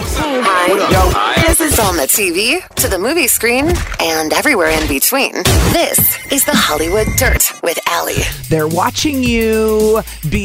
Hey, hi. Yo. Hi. This is on the TV, to the movie screen, and everywhere in between. This is the Hollywood Dirt with Allie. They're watching you,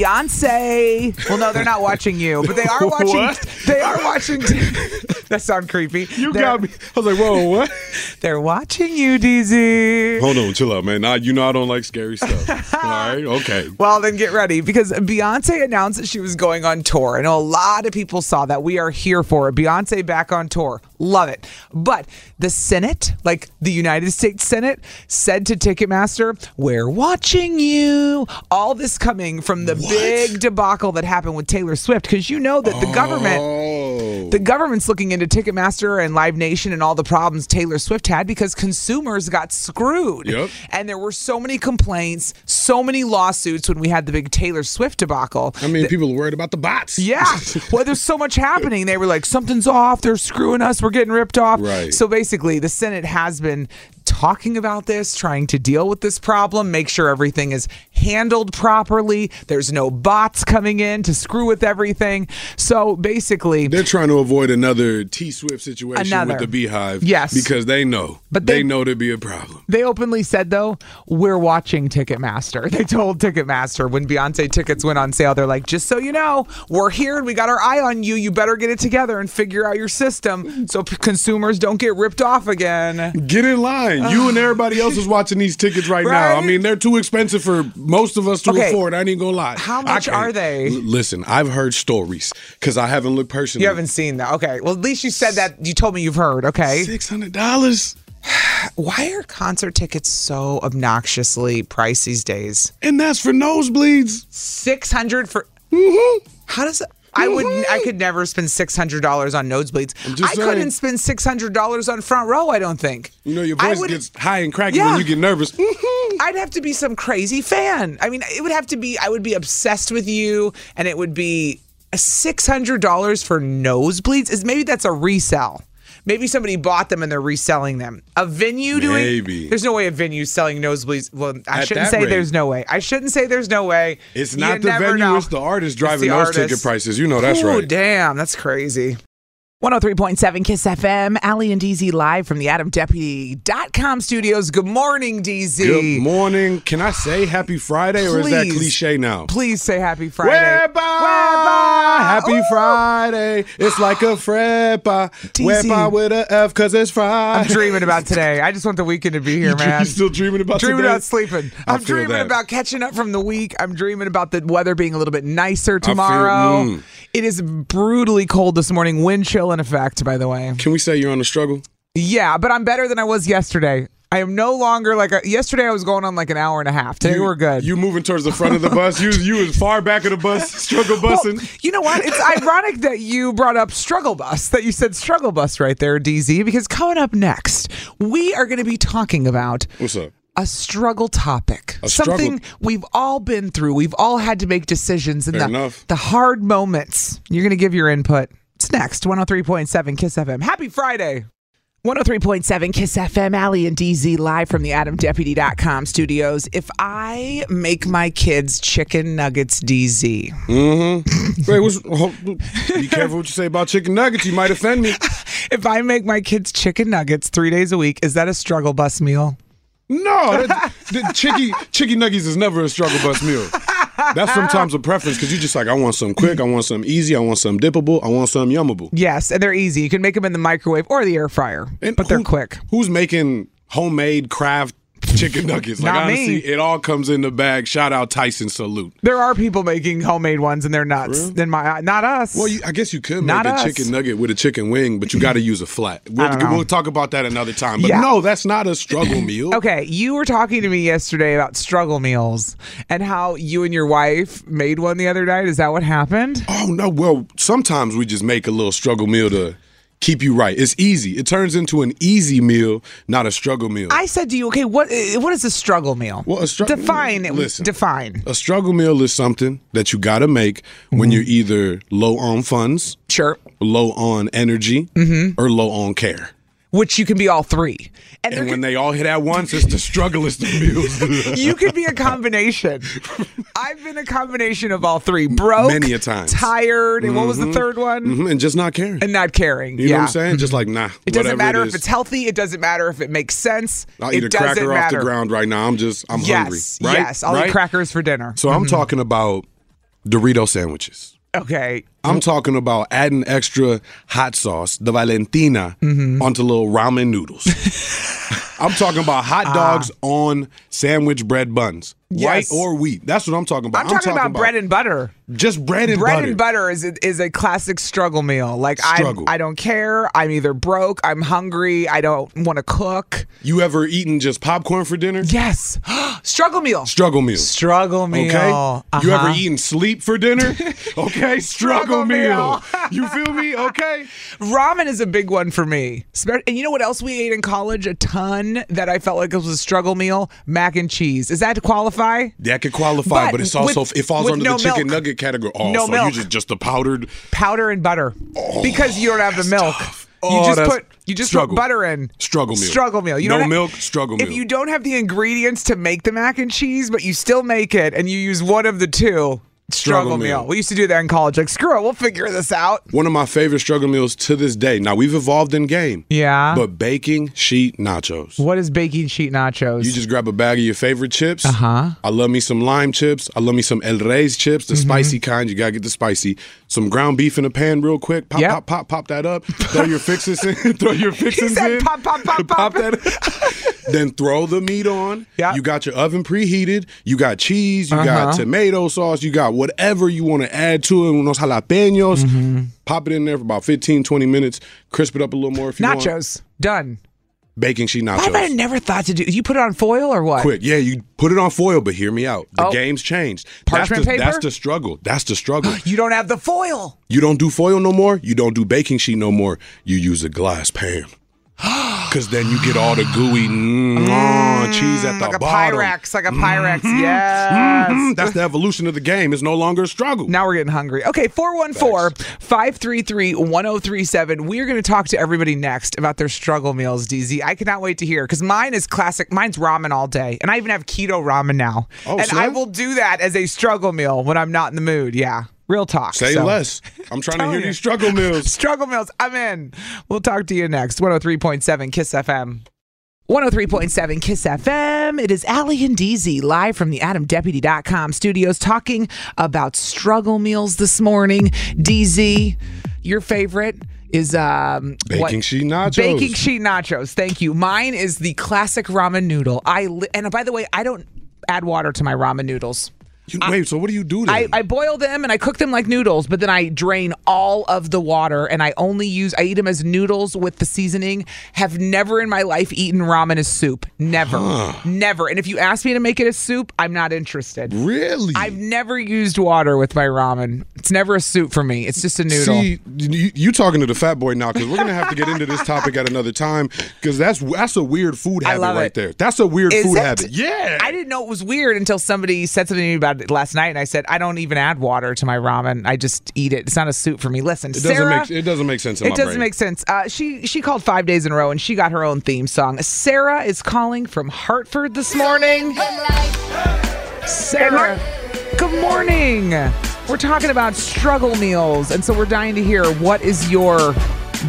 Beyonce. Well, no, they're not watching you, but they are watching. They are watching. that sound creepy. You they're, got me. I was like, whoa, what? they're watching you, DZ. Hold on, chill out, man. I, you know I don't like scary stuff. All right, okay. Well, then get ready because Beyonce announced that she was going on tour. I know a lot of people saw that. We are here for it. Beyonce back on tour. Love it. But the Senate, like the United States Senate, said to Ticketmaster, We're watching you. All this coming from the What? big debacle that happened with Taylor Swift, because you know that the government the government's looking into Ticketmaster and Live Nation and all the problems Taylor Swift had because consumers got screwed. Yep. And there were so many complaints, so many lawsuits when we had the big Taylor Swift debacle. I mean, people are worried about the bots. Yeah. Well, there's so much happening. They were like, something's off. They're screwing us. We're getting ripped off. Right. So basically, the Senate has been talking about this, trying to deal with this problem, make sure everything is handled properly. There's no bots coming in to screw with everything. So basically, They're trying to avoid another T Swift situation Another. with the Beehive. Yes. Because they know. But But they- they, know to be a problem. They openly said though, we're watching Ticketmaster. They told Ticketmaster when Beyonce tickets went on sale, they're like, just so you know, we're here and we got our eye on you. You better get it together and figure out your system so p- consumers don't get ripped off again. Get in line. You and everybody else is watching these tickets right, now. I Right? mean, they're too expensive for most of us to Okay. afford. I ain't gonna lie. How I much can't- are they? L- listen, I've heard stories because I haven't looked personally. You haven't seen that. Okay. Well, at least you said that. You told me you've heard. Okay. Six hundred dollars, Why are concert tickets so obnoxiously priced these days? and that's for nosebleeds. 600 for. Mm-hmm. How does that? I would I could never spend six hundred dollars on nosebleeds. just I couldn't saying. spend six hundred dollars on front row. I don't think. You know your I voice would- gets high and craggy Yeah. Mm-hmm. when you get nervous. I'd have to be some crazy fan. I mean, it would have to be. I would be obsessed with you, and it would be six hundred dollars for nosebleeds. Is maybe that's a resell. Maybe somebody bought them and they're reselling them. Uh, A venue doing? Maybe. There's no way a venue selling nosebleeds. Well, I At shouldn't that say rate. there's no way. I shouldn't say there's no way. It's You not the never venue; know. it's the artist It's driving the those ticket artist. prices. You know that's Ooh, right. damn, that's crazy. 103.7 Kiss FM, Allie and DZ live from the AdamDeputy.com studios. Good morning, DZ. Good morning. Can I say Happy Friday, or is that Please. cliche now? Please say happy Friday. Weba! Weba! Happy Ooh. Friday. It's like a freppa. DZ. Wepa with a F because it's Friday. I'm dreaming about today. I just want the weekend to be here, You dream- man. you still dreaming about dreaming today? about sleeping. I I'm feel dreaming that. about catching up from the week. I'm dreaming about the weather being a little bit nicer tomorrow. mm. It is brutally cold this morning. Wind chill in effect, by the way. Can we say you're on a struggle? Yeah, but I'm better than I was yesterday. I am no longer like a, yesterday. I was going on like an hour and a half. Today You- we're good. You moving towards the front of the bus. You you as far back of the bus, struggle Well, bussing. you know what? It's ironic that you brought up struggle bus, that you said struggle bus right there, DZ, because coming up next, we are going to be talking about What's up? a struggle topic. A struggle- Something we've all been through. We've all had to make decisions in Fair the, enough. the hard moments. You're going to give your input. It's next 103.7 Kiss FM. Happy Friday. 103.7 Kiss FM, Allie and DZ live from the AdamDeputy.com studios. If I make my kids chicken nuggets, DZ, Mm-hmm. Wait, what's, hold- be careful what you say about chicken nuggets. You might offend me. if I make my kids chicken nuggets three days a week, is that a struggle bus meal? No, that, the chicky chicky nuggies is never a struggle bus meal. That's sometimes a preference because you just like I want something quick, I want something easy, I want something dippable, I want something yummable. Yes, and they're easy. You can make them in the microwave or the air fryer, but they're who- quick. Who's making homemade craft chicken nuggets? Like Not me. honestly, it all comes in the bag. Shout out Tyson Salute. There are people making homemade ones, and they're nuts. Then my not us. Well, you, I guess you could Not make a us. chicken nugget with a chicken wing, but you got to use a flat. We'll, don't know. we'll talk about that another time. But Yeah. no, that's not a struggle meal. Okay, you were talking to me yesterday about struggle meals and how you and your wife made one the other night. Is that what happened? Oh no, well, sometimes we just make a little struggle meal to keep you right. It's easy. It turns into an easy meal, not a struggle meal. I said to you, okay, what eh, what is a struggle meal? Well, a stru- define it. listen. Define. a struggle meal is something that you got to make when you're either low on funds, Mm-hmm. Sure. Mm-hmm. low on energy, or low on care. Which you can be all three, and, there And can- when they all hit at once, it's the struggle is the meal. you could be a combination. I've been a combination of all three. Broke Many a times. Tired, and what was the third one? Mhm, and just not caring. And not caring. you yeah. know what I'm saying? Just like nah. It doesn't matter if it is, it's healthy. It doesn't matter if it makes sense. I'll it eat a doesn't cracker off matter. the ground right now. I'm just I'm hungry. Yes, Right? yes. I'll Right? eat crackers for dinner. Mm-hmm. So I'm talking about Dorito sandwiches. Okay. I'm talking about adding extra hot sauce, the Valentina, Mm-hmm. onto little ramen noodles. I'm talking about hot dogs on sandwich bread Ah. buns, Yes. white or wheat. That's what I'm talking about. I'm, talking, about, bread and butter. just bread and bread butter. and butter is a, is a classic struggle meal. Like Struggle. I I don't care. I'm either broke. I'm hungry. I don't want to cook. You ever eaten just popcorn for dinner? Yes, struggle meal. Struggle meal. struggle meal. Okay. You Uh-huh. ever eaten sleep for dinner? Okay. Struggle Struggle meal. meal. you feel me? Okay. Ramen is a big one for me. Spe- And you know what else we ate in college a ton that I felt like it was a struggle meal? Mac and cheese. Is that to qualify? That could qualify, but, But it's also with- it falls with under no the chicken milk. nugget category. Oh, No so milk. you just just the powdered. powder and butter because you don't have the milk. Oh, you just that's- put you just struggle. put butter in Struggle meal. Struggle meal. You No don't have- milk, struggle If meal. you don't have the ingredients to make the mac and cheese, but you still make it, and you use one of the two, struggle, Struggle meal. meal. We used to do that in college. Like screw it, we'll figure this out. One of my favorite struggle meals to this day. Now we've evolved in game. Yeah. But baking sheet nachos. What is baking sheet nachos? Uh-huh. You just grab a bag of your favorite chips. Uh huh. I love me some lime chips. I love me some El Rey's chips, the Mm-hmm. spicy kind. You gotta get the spicy. Some ground beef in a pan, real quick. Pop, Yep. pop, pop, pop that up. Throw your fixins in. Throw your fixins said in. pop, pop, pop, pop. that. then throw the meat on. Yep. Uh-huh. You got your oven preheated. You got cheese. You got tomato sauce. You got whatever you want to add to it. Unos jalapenos. Mm-hmm. Pop it in there for about 15, 20 minutes. Crisp it up a little more if you want. nachos done. Baking sheet nachos Why have I never thought to do? You put it on foil or what? quick. Yeah, you put it on foil, but hear me out. The Oh. game's changed. Parchment that's the, paper? That's the struggle. That's the struggle. You don't have the foil. you don't do foil no more. You don't do baking sheet no more. You use a glass pan. Cause then you get all the gooey mm, ah, cheese at the Like a bottom. Pyrex, like a Pyrex. Yes. Mm, that's the evolution of the game. It's no longer a struggle. Now we're getting hungry. Okay, 414 533 1037. We are going to talk to everybody next about their struggle meals, DZ. I cannot wait to hear because mine is classic. Mine's ramen all day. And I even have keto ramen now. Oh, and so? I will do that as a struggle meal when I'm not in the mood. Yeah. Real talk. Say So, less. I'm trying to Telling hear you. these struggle meals. Struggle meals. I'm in. We'll talk to you next. 103.7 Kiss FM. 103.7 Kiss FM. It is Allie and DZ live from the AdamDeputy.com studios talking about struggle meals this morning. DZ, your favorite is um Baking sheet nachos. Baking sheet nachos. Thank you. Mine is the classic ramen noodle. I li- and by the way, I don't add water to my ramen noodles. You- wait, so what do you do then? I, I boil them and I cook them like noodles, but then I drain all of the water and I only use I eat them as noodles with the seasoning. Have never in my life eaten ramen as soup. Never. Never. And if you ask me to make it as soup, I'm not interested. really? I've never used water with my ramen. It's never a soup for me. It's just a noodle. See, you, you talking to the fat boy now because we're gonna have to get into this topic at another time because that's that's a weird food I habit love right it. there. That's a weird Is food it? habit. Yeah, I didn't know it was weird until somebody said something to me about it last night, and I said, "I don't even add water to my ramen. I just eat it. It's not a soup for me." Listen, It doesn't Sarah, make it doesn't make sense. In It my doesn't brain. make sense. Uh, she she called five days in a row and she got her own theme song. Sarah is calling from Hartford this morning. Sarah, good morning. We're talking about struggle meals, and so we're dying to hear what is your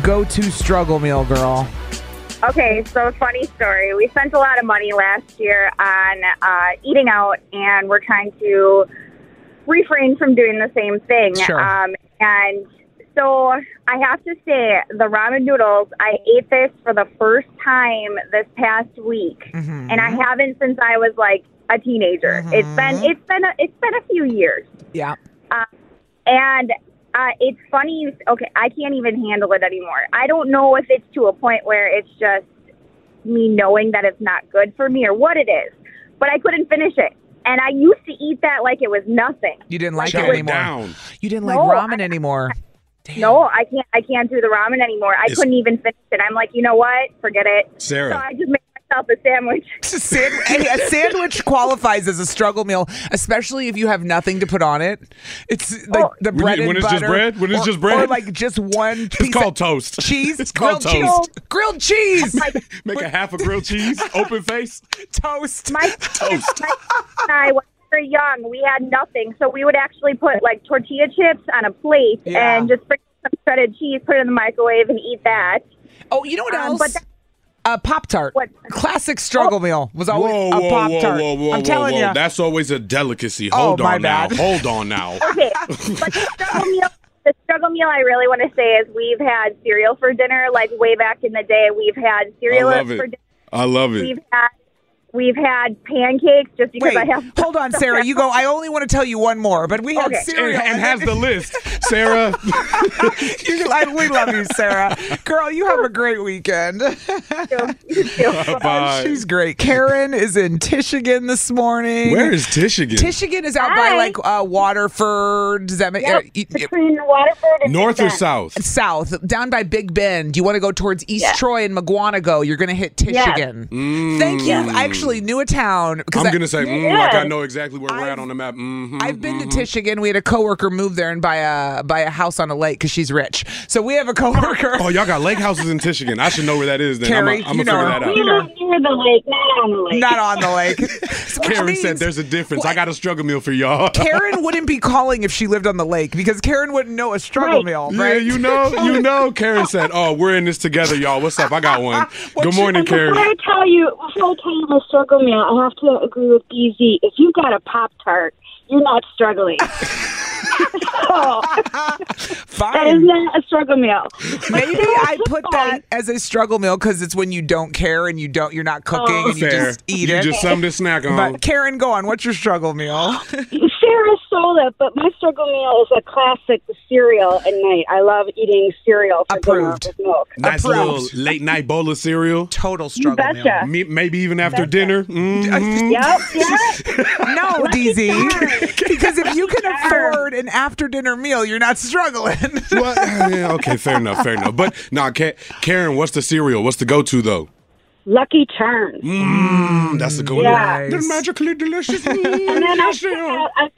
go-to struggle meal, girl. Okay, so funny story. We spent a lot of money last year on uh, eating out, and we're trying to refrain from doing the same thing. Sure. Um, and so I have to say, the ramen noodles, I ate this for the first time this past week, and I haven't since I was like a teenager. It's been it's been a, it's been a few years. Yeah. And uh, it's funny. You, okay, I can't even handle it anymore. I don't know if it's to a point where it's just me knowing that it's not good for me or what it is, but I couldn't finish it. And I used to eat that like it was nothing. You didn't like Chow it it anymore. down. You didn't like No, ramen anymore. No, I can't. I can't do the ramen anymore. I It's- couldn't even finish it. I'm like, you know what? Forget it. Sarah. So I just made myself a sandwich. Sand- hey, a sandwich qualifies as a struggle meal, especially if you have nothing to put on it. It's like Oh. the When you- bread and when it's just butter, bread? When it's or- just bread? or like just one. Piece of called toast. Cheese. It's called grilled toast. Cheese, grilled cheese. Make a half a grilled cheese, open face. toast. My Toast. my and I when we were young, we had nothing, so we would actually put like tortilla chips on a plate Yeah. and just bring some shredded cheese, put it in the microwave, and eat that. oh, you know what Um, else? but that- a pop tart. What? Oh. Classic struggle meal was always Whoa, a whoa, pop whoa, tart. whoa, whoa, I'm whoa, telling whoa. you. That's always a delicacy. Oh, Hold my on now. bad. Oh, Hold on now. Okay, but the struggle meal. The struggle meal I really want to say is we've had cereal for dinner, like way back in the day. We've had I cereal love for it. dinner. I love it. We've had we've had pancakes just because Wait, I have. hold on, Sarah. You go. I only want to tell you one more, but we had Okay. And, cereal and has then- the list. Sarah, You- I- we love you, Sarah. Girl, you have a great weekend. You too. Uh, bye. She's great. Karen is in Tishigan this morning. Where is Tishigan? Tishigan is out by Hi. like uh, Waterford. Does that make uh, Yep, between Waterford and North or Bend. south? south down by Big Bend? You want to go towards East Yeah. Troy and McGuanago. You're going to hit Yes. Tishigan. Thank you. I actually knew a town. 'cause I- Mm. I'm gonna say mm, like Yes. I know exactly where we're at on the map. hmm I've been to Tishigan. We had a coworker move there and buy a buy a house on a lake because she's rich. So we have a coworker. Oh, y'all got lake houses in Tishigan. I should know where that is. Then Carrie, I'm you know gonna figure her. that out. You know. near the lake, not on the lake. Not on the lake. So which Karen said means- there's a difference. I got a struggle meal for y'all. Karen wouldn't be calling if she lived on the lake because Karen wouldn't know a struggle Right. meal, Yeah, right? you know, you know. Karen said, "Oh, we're in this together, y'all. What's up? I got one. Good morning, Karen. Before I tell you, before I tell you the struggle meal, I have to agree with DZ. If you got a Pop Tart, you're not struggling. so, that is Fine. not a struggle meal. Maybe I put that as a struggle meal because it's when you don't care and you don't you're Oh. not cooking and you Fair. just eat you it. just something to snack on. but Karen, go on. What's your struggle meal? Sarah soda, but my struggle meal is a classic cereal at night. I love eating cereal for Approved. dinner with milk. nice approved. little late night bowl of cereal. Total struggle betcha. Me- Maybe even after dinner. Mhm. Yep, yep. meal. No, DZ. because if you can afford an after dinner meal, you're not struggling. What? Yeah, okay, fair enough, fair enough. But nah, Ka- Karen, what's the cereal? What's the go-to though? Lucky Charms. Mm, that's the go-to. Yeah. They're magically delicious. Mm, And then I pick out, I,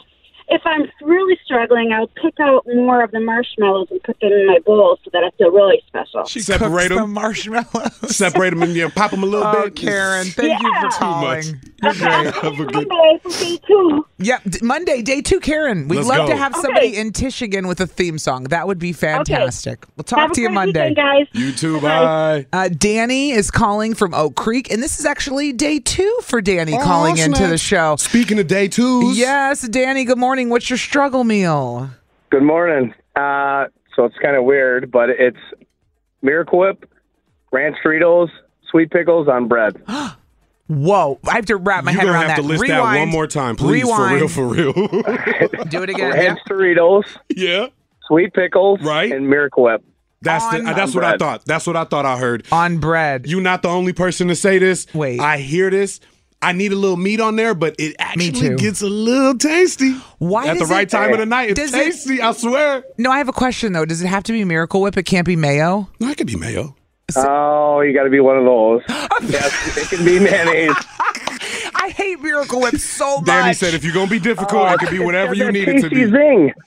if I'm really struggling, I'll pick out more of the marshmallows and put them in my bowl so that I feel really special. She Separate cooks the 'em. marshmallows. Separate them and yeah, pop them a little Oh, bit. Karen, thank you for Yeah. Too much. calling. Have a good. Monday for day two. Yep, d- Monday, day two, Karen. We'd Let's love to go. have Okay. somebody in Tishigan with a theme song. That would be fantastic. We'll talk Have a to you great Monday. weekend, guys. You too. Bye. Uh, Danny is calling from Oak Creek, and this is actually day two for Danny calling Oh, into the snaps. show. Speaking of day twos, Yes, Danny, good morning. What's your struggle meal? Good morning. Uh, so it's kind of weird, but it's Miracle Whip, ranch Doritos, sweet pickles on bread. Whoa, I have to wrap my you're head gonna around have that. to list Rewind. that one more time, please. Rewind. For real, for real. Do it again. Ranch Doritos, yeah, sweet pickles, Right. and Miracle Whip. that's On the, uh, that's what I bread. thought. That's what I thought I heard. On bread. You're not the only person to say this. Wait. I hear this. I need a little meat on there, but it too. actually gets a little tasty. Why At the does right it- time of the night, it's Does it- tasty. I swear. no, I have a question though. Does it have to be Miracle Whip? It can't be mayo. No, it could be mayo. Oh, you got to be one of those. yes, it can be mayonnaise. I hate Miracle Whip so much. Danny said, if you're gonna be difficult, it could be whatever you need it to be.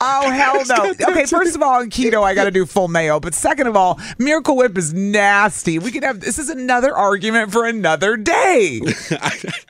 Oh hell no! Okay, first of all, in keto, I got to do full mayo. But second of all, Miracle Whip is nasty. We could have this is another argument for another day.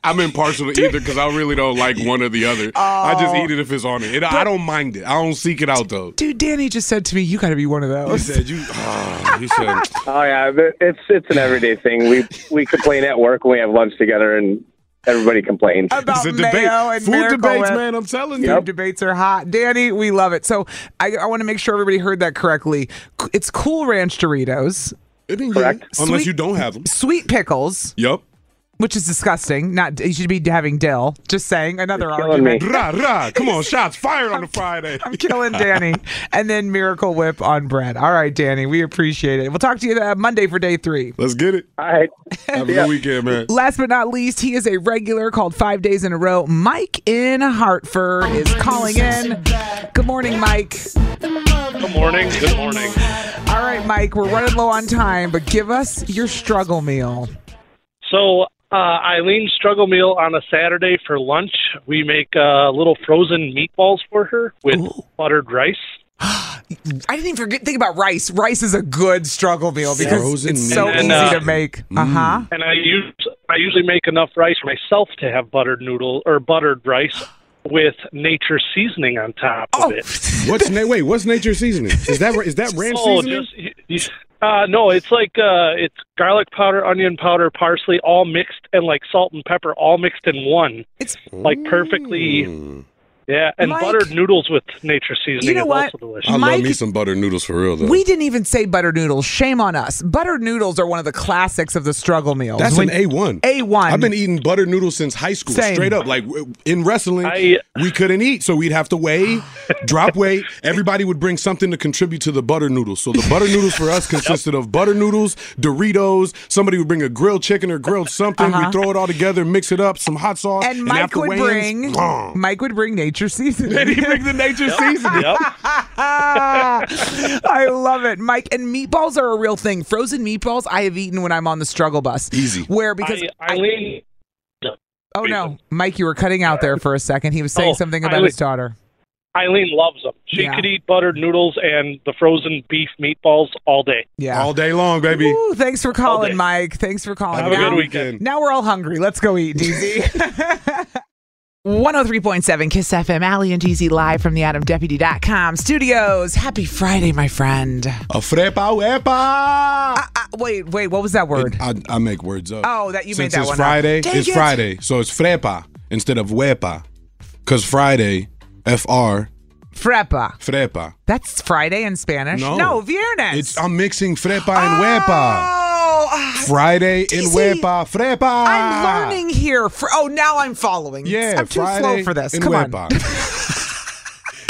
I'm impartial to either because I really don't like one or the other. I just Oh. eat it if it's on it. It- I don't mind it. I don't seek it out though. Dude, Danny just said to me, "You got to be one of He those." said you. ah, he said Oh yeah, but it's it's an everyday thing. We we complain at work when we have lunch together, and everybody complains. About it's a mayo debate. and Food Miracle debates, Whip. man. I'm telling Food you. debates are hot. Danny, we love it. So I, I want to make sure everybody heard that correctly. C- It's Cool Ranch Doritos, I mean, yeah, Correct. Unless Sweet- you don't have them. sweet pickles, Yup. which is disgusting. Not you should be having dill. Just saying, another killing argument. me. Rah, rah. Come on, shots fired on the Friday. I'm killing Danny. And then Miracle Whip on bread. All right, Danny, we appreciate it. We'll talk to you uh, Monday for day three. Let's get it. All right. Have a good weekend, man. Last but not least, he is a regular called Five Days in a Row. Mike in Hartford is calling in. Good morning, Mike. Good morning. Good morning. All right, Mike, we're running low on time, but give us your struggle meal. So, uh, Eileen's struggle meal on a Saturday for lunch, we make uh, little frozen meatballs for her with buttered rice. I didn't even forget think about rice. Rice is a good struggle meal because Frozen Mm. it's so meatballs. easy And, uh, to make. Uh huh. And I use I usually make enough rice for myself to have buttered noodle or buttered rice with nature seasoning on top Oh. of it. What's na- wait? What's nature seasoning? Is that is that ranch Oh, seasoning? just y- y- uh, no, it's like uh, it's garlic powder, onion powder, parsley, all mixed, and like salt and pepper, all mixed in one. It's like perfectly. Yeah, and Mike. buttered noodles with nature seasoning You know is what? also delicious. I love Mike- me some butter noodles for real though. We didn't even say butter noodles. Shame on us. Butter noodles are one of the classics of the struggle meals. That's When- an A one. A1. I've been eating butter noodles since high school. Same. Straight up, like w- in wrestling, I- we couldn't eat, so we'd have to weigh, drop weight. Everybody would bring something to contribute to the butter noodles. So the butter noodles for us consisted of butter noodles, Doritos. Somebody would bring a grilled chicken or grilled something. We throw it all together, mix it up, some hot sauce, Uh-huh. And Mike after would weigh-ins, bring blah. Mike would bring nature And he seasoning. bring the nature seasoning. Yep. I love it, Mike. And meatballs are a real thing. Frozen meatballs I have eaten when I'm on the struggle bus. Easy. Where because I, Eileen, oh no, Mike, you were cutting out there for a second. He was saying Oh, something I about would- his daughter. Eileen loves them. She Yeah. could eat buttered noodles and the frozen beef meatballs all day. Yeah. All day long, baby. Ooh, thanks for day. calling, Mike. Thanks for calling. Have a Now- good weekend. Now we're all hungry. Let's go eat, DZ. 103.7 Kiss FM, Allie and DZ live from the AdamDeputy.com studios. Happy Friday, my friend. A frepa wepa. Uh, wait, wait, what was that word? I, I make words up. Oh, that- you Since made that it's one up. Friday, Dang it's it. Friday, so it's frepa instead of wepa, because Friday, F R Frepa. frepa. That's Friday in Spanish. No. viernes. It's I'm mixing frepa and wepa. Oh, ah, Friday in DZ, wepa frepa. I'm learning here. For, oh, now I'm following. Yeah, I'm too Friday slow for this. in Come on. wepa.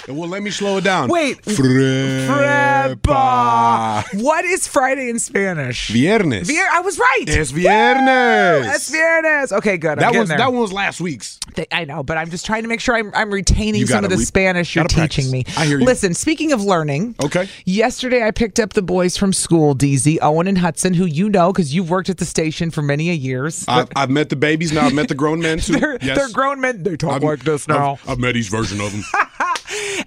And well, let me slow it down. Wait. frepa. Frepa. What is Friday in Spanish? Viernes. Vier- I was right. Es viernes. That's viernes. Okay, good. I'm That getting was there. that one's last week's. Th- I know, but I'm just trying to make sure I'm, I'm retaining You some of gotta the re- Spanish you're gotta practice. teaching me. I hear you. Listen, speaking of learning, Okay. Yesterday I picked up the boys from school, DZ, Owen and Hudson, who you know because you've worked at the station for many a years. I've, I've met the babies now. I've met the grown men too. they're, Uh, yes. they're grown men. They talk I've- like this I've- now. I've, met his version of them.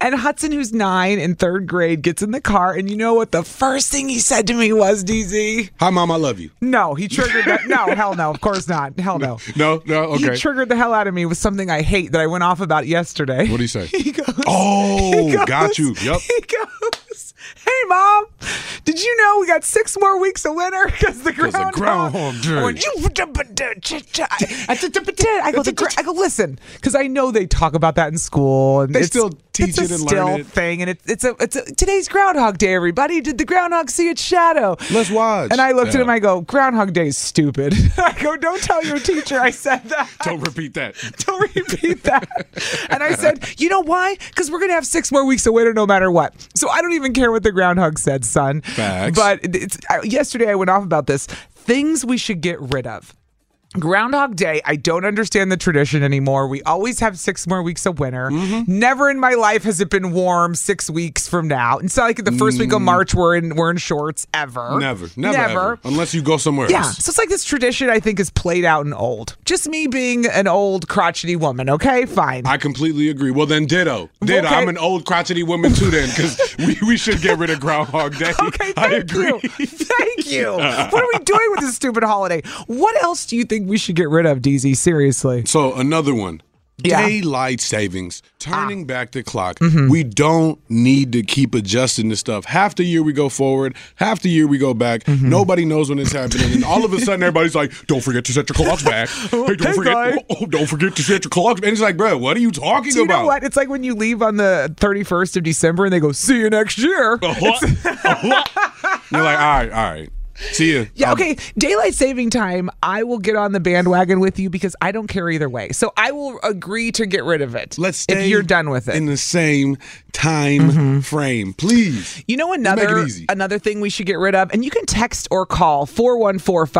And Hudson, who's nine in third grade, gets in the car, and you know what? The first thing he said to me was, "DZ, Hi, mom. I love you. no." He triggered that. No, hell no. Of course not. Hell no. No, no. Okay. He triggered the hell out of me with something I hate that I went off about yesterday. What'd he say? He goes, Oh, he goes- got you. Yep. He goes, "Hey, mom, did you know we got six more weeks of winter because the Oh, the ground Groundhog Day. I go, the gra- I go, listen, because I know they talk about that in school, and They it's- still teach it's a it and learn still it. thing, and it, it's a it's a today's Groundhog Day. Everybody, did the groundhog see its shadow? Let's watch. And I looked at Yeah. him. I go, Groundhog Day is stupid. I go, don't tell your teacher I said that. Don't repeat that. Don't repeat that. And I said, you know why? Because we're going to have six more weeks of winter no matter what. So I don't even care what the groundhog said, son. Facts. But it's, I, yesterday I went off about this. Things we should get rid of. Groundhog Day, I don't understand the tradition anymore. We always have six more weeks of winter. Mm-hmm. Never in my life has it been warm six weeks from now. It's not like the first week of Mm. March we're in we're in shorts ever. Never, never, ever. unless you go somewhere Yeah. else. So it's like this tradition I think is played out and old. Just me being an old crotchety woman, okay? Fine. I completely agree. Well, then ditto. Ditto. Okay. I'm an old crotchety woman too, then, because we, we should get rid of Groundhog Day. Okay, I agree. Uh, Thank you. what are we doing with this stupid holiday? What else do you think we should get rid of, DZ? Seriously. So another one. Yeah. Ah. Daylight savings, turning back the clock. Mhm. We don't need to keep adjusting this stuff. Half the year we go forward, half the year we go back. Mm-hmm. Nobody knows when it's happening. And all of a sudden, everybody's like, don't forget to set your clocks back. Hey, don't, Hey, forget, guy. oh, don't forget to set your clocks back. And it's like, bro, what are you talking Do you about? know what? It's like when you leave on the 31st of December and they go, see you next year. You're Uh, like, all right, all right. See ya. Yeah, I'll- okay. Daylight saving time, I will get on the bandwagon with you because I don't care either way. So I will agree to get rid of it. Let's if you're done with it. Mm-hmm. In the same time frame, please. You know Let's another make it easy. another thing we should get rid of, and you can text or call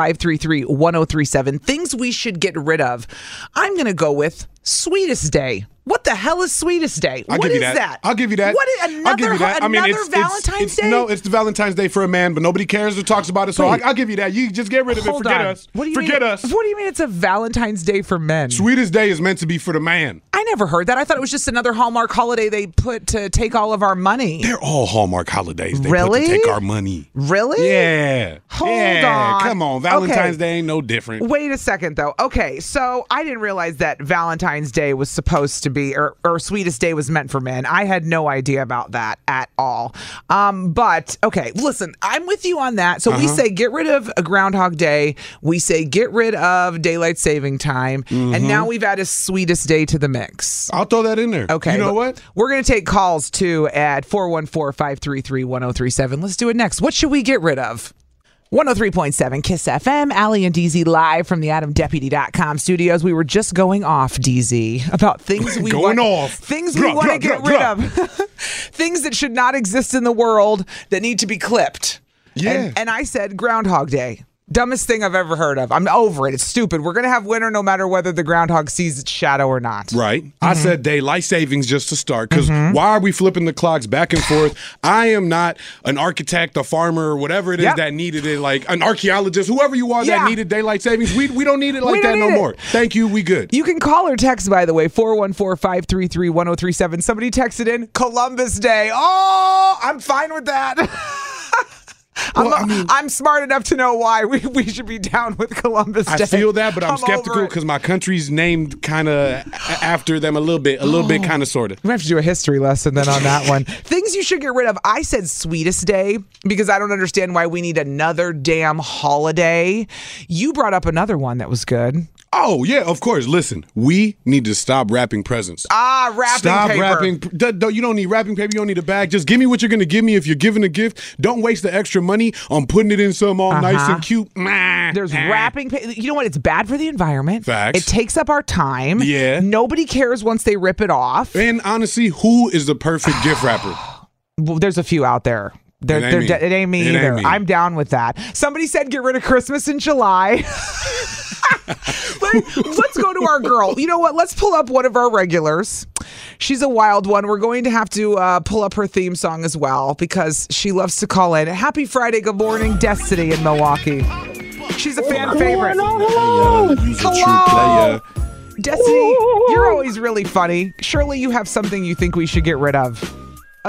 414-533-1037. Things we should get rid of. I'm gonna go with sweetest day. What the hell is sweetest day? I'll What give you is that. that? I'll give you that. What is I'll another, give you that. I mean, another it's, it's- Valentine's it's- Day? No, it's the Valentine's Day for a man, but nobody cares or talks about it. So I, Wait. I'll give you that. You just get rid of it. Hold Forget on. us. What do you Forget mean, us. What do you mean it's a Valentine's Day for men? Sweetest day is meant to be for the man. I never heard that. I thought it was just another Hallmark holiday they put to take all of our money. They're all Hallmark holidays. They Really? Put to take our money. Really? Yeah. Hold yeah. on. Come on. Okay. Valentine's Day ain't no different. Wait a second, though. Okay, so I didn't realize that Valentine's Day was supposed to be, or, or Sweetest Day was meant for men. I had no idea about that at all. Um, but okay, listen, I'm with you on that. So we Uh-huh. say get rid of a Groundhog Day. We say get rid of daylight saving time, and Mhm. now we've added Sweetest Day to the mix. I'll throw that in there. Okay. You know but what? We're going to take calls too at 414 533 1037. Let's do it next. What should we get rid of? 103.7 Kiss FM, Allie and DZ live from the AdamDeputy.com studios. We were just going off, DZ, about things we Going want, off. Things we Blah, want blah, to get blah, rid of. things that should not exist in the world that need to be clipped. Yeah. And, and I said Groundhog Day. Dumbest thing I've ever heard of. I'm over it. It's stupid. We're going to have winter no matter whether the groundhog sees its shadow or not. Right. I Mm-hmm. said daylight savings just to start because why are we flipping the clocks back and forth? I am not an architect, a farmer, or whatever it is Yep. that needed it, like an archaeologist, whoever you are that needed daylight savings. We, we don't need it like We that don't no need it. more. Thank you. We good. You can call or text, by the way, 414 533 1037. Somebody texted in Columbus Day. Oh, I'm fine with that. I'm, I'm smart enough to know why we, we should be down with Columbus Day. I feel that, but I'm, over skeptical it. because my country's named kind of after them a little bit, a little bit, kind of, sort of. We have to do a history lesson then on that one. Things you should get rid of. I said sweetest day because I don't understand why we need another damn holiday. You brought up another one that was good. Oh yeah, of course. Listen, we need to stop wrapping presents. Ah, wrapping Stop paper. wrapping. d- d- You don't need wrapping paper. You don't need a bag. Just give me what you're gonna give me. If you're giving a gift, don't waste the extra money on putting it in some all nice Uh-huh. and cute. There's There's wrapping. Pa- you know what? It's bad for the environment. Facts. It takes up our time. Yeah. Eh. Nobody cares once they rip it off. And honestly, who is the perfect gift wrapper? Well, there's a few out there. They're, it, It ain't they're me. de- it ain't me It ain't either. me. I'm down with that. Somebody said get rid of Christmas in July. Let, let's go to our girl. You know what? Let's pull up one of our regulars. She's a wild one. We're going to have to uh, pull up her theme song as well because she loves to call in. Happy Friday. Good morning, Destiny in Milwaukee. She's a fan favorite. Hello. Hello. Destiny, you're always really funny. Surely you have something you think we should get rid of.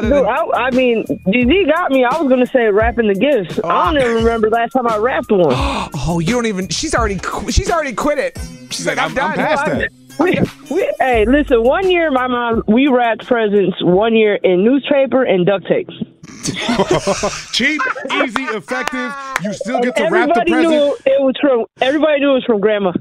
Dude, I, I mean, DZ got me. I was gonna say wrapping the gifts. Oh, I don't even remember last time I wrapped one. oh, you don't even. She's already. Qu- she's already quit it. She's like, I'm, done. We, we, hey, listen. One year, my mom, we wrapped presents. One year in newspaper and duct tape. Cheap, easy, effective. You still get to wrap the everybody present. knew it was from. Everybody knew it was from grandma.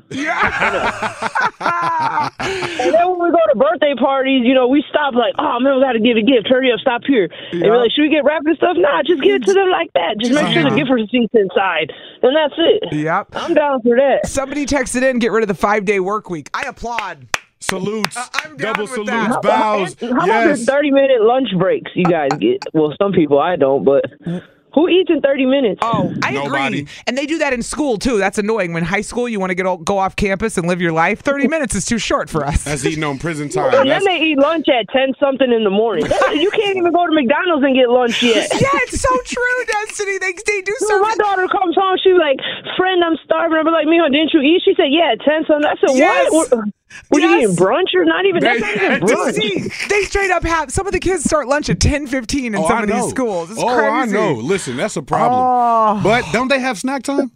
and then when we go to birthday parties, you know, we stop like, oh man, we got to give a gift. Hurry up, stop here. And we're like, should we get wrapped and stuff? Nah, just give it to them like that. Just make sure the Uh-huh. gift receipt's inside, and that's it. Yep. I'm down for that. Somebody texted in. Get rid of the five day work week. I applaud. Uh, Salutes. Double salutes. How- How about the 30 minute lunch breaks you guys get? Well, some people I don't, but Who eats in 30 minutes? Oh, I agree. And they do that in school too. That's annoying. When high school, you want to get all, go off campus and live your life. 30 minutes is too short for us. That's eating on prison and then they eat lunch at 10 something in the morning. That- you can't even go to McDonald's and get lunch yet. yeah, it's so true, Destiny. They, they do so. My daughter comes home, she's like, friend, I'm starving. I'm like, Mijo, didn't you eat? She said, yeah, at 10 something. I said, Yes. what? Were, were you eating brunch or not even? That's not even brunch. See, they straight up have some of the kids start lunch at 10 15 in Oh, some I of these know. schools. It's oh, crazy. Oh. I know. Listen, that's a problem. But don't they have snack time?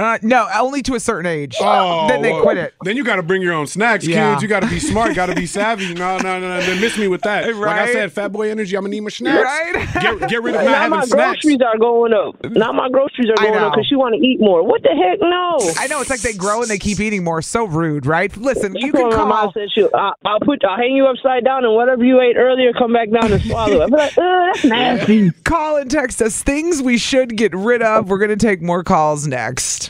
Uh, no, only to a certain age. Oh, then they well, quit it. Then you got to bring your own snacks, Yeah. kids. You got to be smart. Got to be savvy. No, no, no, no. Then miss me with that. Like I Right. said, fat boy energy. I'm gonna need my snacks. Right? Get, get rid of not now having my snacks. groceries are going up. Now my groceries are I going up know. because she want to eat more. What the heck? No. I know it's like they grow and they keep eating more. So rude, right? Listen, you That's can why call. my mom said she, I, I'll put, I'll hang you upside down, and whatever you ate earlier, come back down and swallow. it." I'm like, uh, that's nasty. Call and text us things we should get rid of. We're going to take more calls next.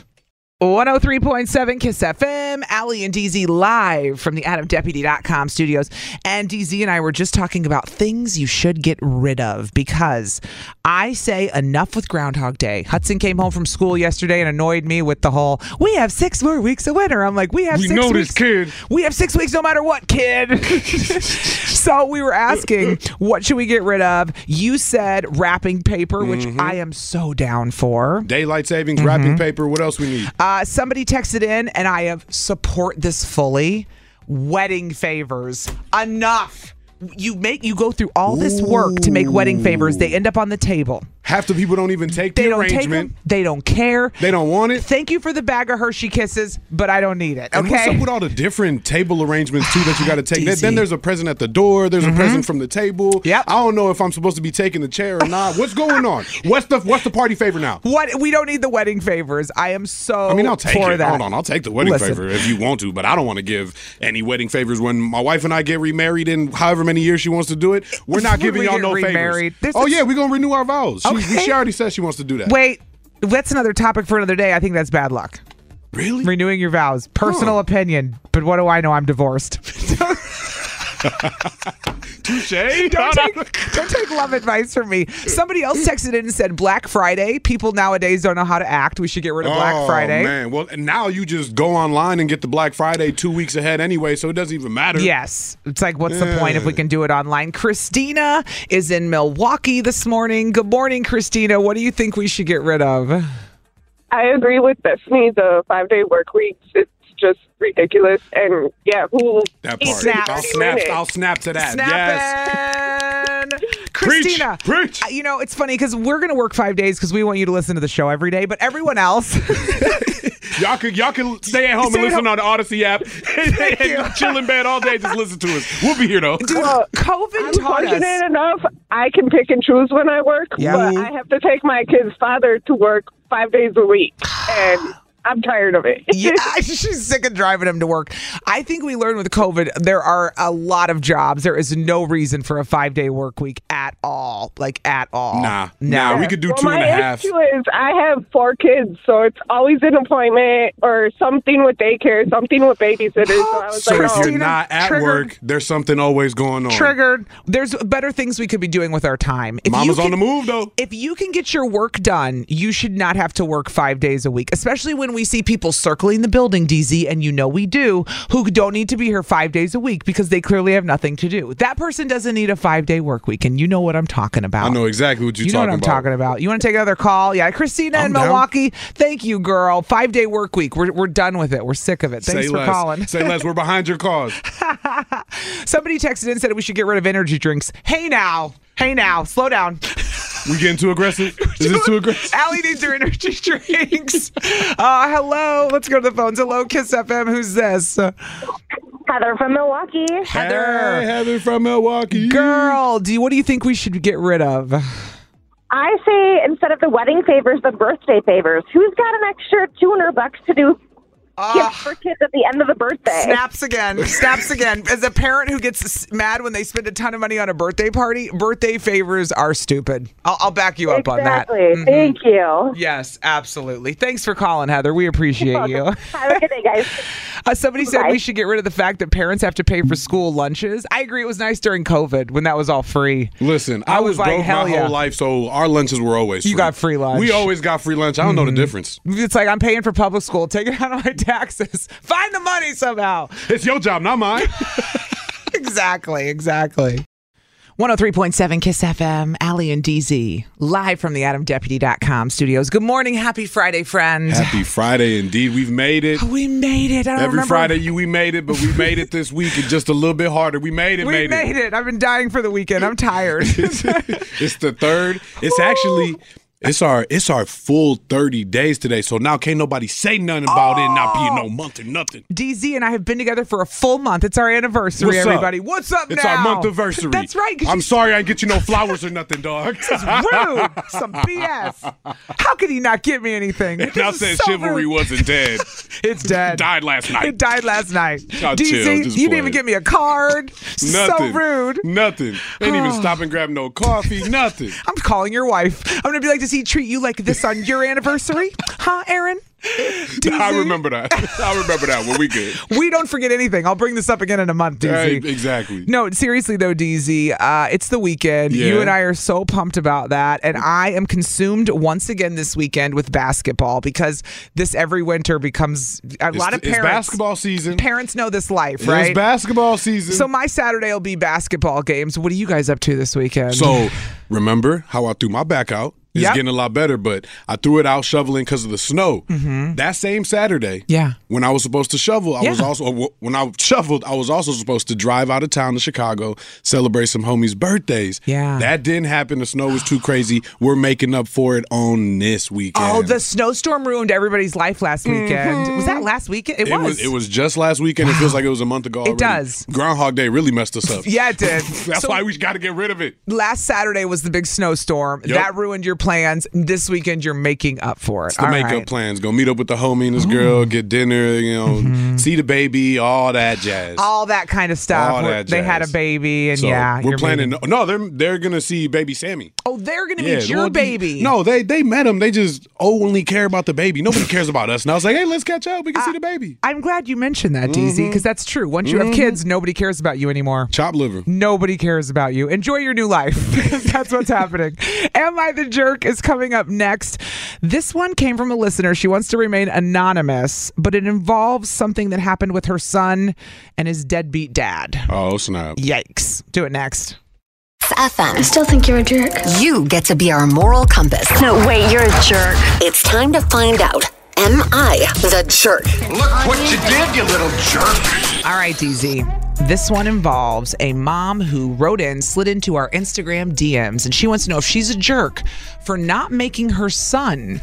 103.7 Kiss FM, Allie and DZ live from the AdamDeputy.com studios. And DZ and I were just talking about things you should get rid of because I say enough with Groundhog Day. Hudson came home from school yesterday and annoyed me with the whole, we have six more weeks of winter. I'm like, we have We six know this weeks. kid. We have six weeks no matter what, kid. so we were asking, what should we get rid of? You said wrapping paper, which I am so down for. Mm-hmm. Mm-hmm. Daylight savings, wrapping paper. What else we need? Uh, somebody texted in, and I have support this fully. Wedding favors, enough. You make you go through all this work to make wedding favors. They end up on the table. Half the people don't even take They the don't take arrangement. them. They don't care. They don't want it. Thank you for the bag of Hershey kisses, but I don't need it. And what's Okay. up with all the different table arrangements too that you got to take? then there's a present at the door. There's a present from the table. Yep. I don't know if I'm supposed to be taking the chair or not. What's going on? What's the What's the party favor now? What we don't need the wedding favors. I am so. I mean, I'll take for it. Oh, That. Hold on, I'll take the wedding Listen, favor if you want to, but I don't want to give any wedding favors when my wife and I get remarried in however many years she wants to do it. We're not When giving we y'all get no remarried, favors. there's Oh a- yeah, we're gonna renew our vows. She, Okay. she already said she wants to do that. Wait, that's another topic for another day. I think that's bad luck. Really? Renewing your vows. Personal opinion, but what do I know? I'm divorced. touche. Don't take, don't take love advice from me. Somebody else texted in and said Black Friday. People nowadays don't know how to act. We should get rid of Black Oh, Friday. man. Well, and now you just go online and get the Black Friday two weeks ahead anyway, so it doesn't even matter. Yes. It's like, what's the point if we can do it online? Christina is in Milwaukee this morning. Good morning, Christina. What do you think we should get rid of? I agree with Bethany. The five day work weeks, it's just ridiculous. And yeah, who That part. eats in I'll 30 snap. minutes? I'll snap to that. Snap yes. Christina, preach. You know, it's funny because we're going to work five days because we want you to listen to the show every day, but everyone else. Y'all can y'all can stay at home Stay at and listen home. on the Odyssey app. and chill in bed all day. Just listen to us. We'll be here though. COVID I'm taught us. fortunate enough. I can pick and choose when I work, Yeah. but I have to take my kid's father to work five days a week, and I'm tired of it. yeah, she's sick of driving him to work. I think we learned with COVID, there are a lot of jobs. There is no reason for a five day work week at all. Like, at all. Nah, No. nah, we could do well, two and a my half. issue is I have four kids, so it's always an appointment or something with daycare, something with babysitters. So I was So like, if oh, you're not at triggered. work, there's something always going on. Triggered. There's better things we could be doing with our time. If Mama's you on the move though. If you can get your work done, you should not have to work five days a week, especially when we see people circling the building, DZ, and you know we do, who don't need to be here five days a week because they clearly have nothing to do. That person doesn't need a five day work week, and you know what I'm talking about. I know exactly what you're You know talking what I'm about. talking about. You want to take another call? Yeah, Christina in down. Milwaukee. Thank you, girl. Five day work week. We're, we're done with it. We're sick of it. Thanks Say for less. calling. Say less. We're behind your cause. Somebody texted in and said we should get rid of energy drinks. Hey now. Hey now. Slow down. We getting too aggressive? Is this too aggressive? Allie needs her energy drinks. Uh, hello. Let's go to the phones. Hello, Kiss FM. Who's this? Heather from Milwaukee. Heather. Heather from Milwaukee. Girl, do you, what do you think we should get rid of? I say instead of the wedding favors, the birthday favors. Who's got an extra 200 bucks to do gifts for kids at the end of the birthday? Ah. Snaps again. Snaps again. As a parent who gets s- mad when they spend a ton of money on a birthday party, birthday favors are stupid. I'll, I'll back you up Exactly. on that. Mhm. Thank you. Yes, absolutely. Thanks for calling, Heather. We appreciate you. Have a good day, guys. Uh, somebody said we should get rid of the fact that parents have to pay for school lunches. I agree. It was nice during COVID when that was all free. Listen, I, was, broke my whole life, so our lunches were always. You free. got free lunch. Mm-hmm. We always got free lunch. I don't know the difference. It's like I'm paying for public school. Take it out of my taxes. Find the money somehow. It's your job, not mine. exactly. Exactly. 103.7 Kiss FM, Allie and DZ, live from the AdamDeputy.com studios. Good morning. Happy Friday, friends. Happy Friday, indeed. We've made it. We made it. I don't Every remember- Friday, you we made it, but we made it this week. It's just a little bit harder. We made it. we made, made it. I've been dying for the weekend. I'm tired. It's the third. It's actually. It's our it's our full thirty days today, so now can't nobody say nothing about it not being no month or nothing. DZ and I have been together for a full month. It's our anniversary, What's up? everybody. What's up It's now? our month anniversary. That's right. 'cause I'm you- sorry I didn't get you no flowers or nothing, dog. This is rude. Some BS. How could he not get me anything? And This I is said so chivalry rude. wasn't dead. It's dead. Died last night. It died last night. Oh, DZ, chill, you just didn't playing. even give me a card. Nothing. So rude. Nothing. Ain't even stop and grab no coffee. Nothing. I'm calling your wife. I'm gonna be like, does he treat you like this on your anniversary? Huh, Aaron? I remember that. I remember that when we good. We don't forget anything. I'll bring this up again in a month, DZ. Right, exactly. No, seriously though, DZ, uh, it's the weekend. You Yeah. and I are so pumped about that, and I am consumed once again this weekend with basketball because this every winter becomes a lot of it's parents. basketball season. Parents know this life, It's right? basketball season. So my Saturday will be basketball games. What are you guys up to this weekend? So remember how I threw my back out? It's Yep. getting a lot better, but I threw it out shoveling because of the snow. Mhm. That same Saturday, Yeah. when I was supposed to shovel, I was Yeah. also when I shoveled, I was also supposed to drive out of town to Chicago, celebrate some homies' birthdays. Yeah. that didn't happen. The snow was too crazy. We're making up for it on this weekend. Oh, the snowstorm ruined everybody's life last weekend. Was that last weekend? It, Mm-hmm. It was. It was just last weekend. It feels like it was a month ago. Already. does. Groundhog Day really messed us up. Yeah, it did. That's So- why we got to get rid of it. Last Saturday was the big snowstorm. Yep. That ruined your plans. This weekend, you're making up for it. It's the All makeup right. plans. Go meet up with the homie and his girl, get dinner, you know, see the baby, all that jazz. Mm-hmm. All that kind of stuff. All Where that they had a jazz. baby, and So, yeah, we're you're planning. meeting- No, they're they're gonna see baby Sammy. Oh, they're gonna Yeah, meet well, your the- baby. No, they they met him. They just only care about the baby. Nobody cares about us. And I was like, hey, let's catch up. We can see the baby. Mm-hmm. I'm glad you mentioned that, DZ, because that's true. Once you have Mhm. kids, nobody cares about you anymore. Chop liver. Nobody cares about you. Enjoy your new life. that's what's happening. Am I the jerk is coming up next. This one came from a listener. She wants to remain anonymous, but it involves something that happened with her son and his deadbeat dad. Oh snap! Yikes! Do it next. FM. I still think you're a jerk. You get to be our moral compass. No, wait, you're a jerk. It's time to find out. Am I the jerk? Look what you did, you little jerk. All right, DZ. This one involves a mom who wrote in, slid into our Instagram DMs, and she wants to know if she's a jerk for not making her son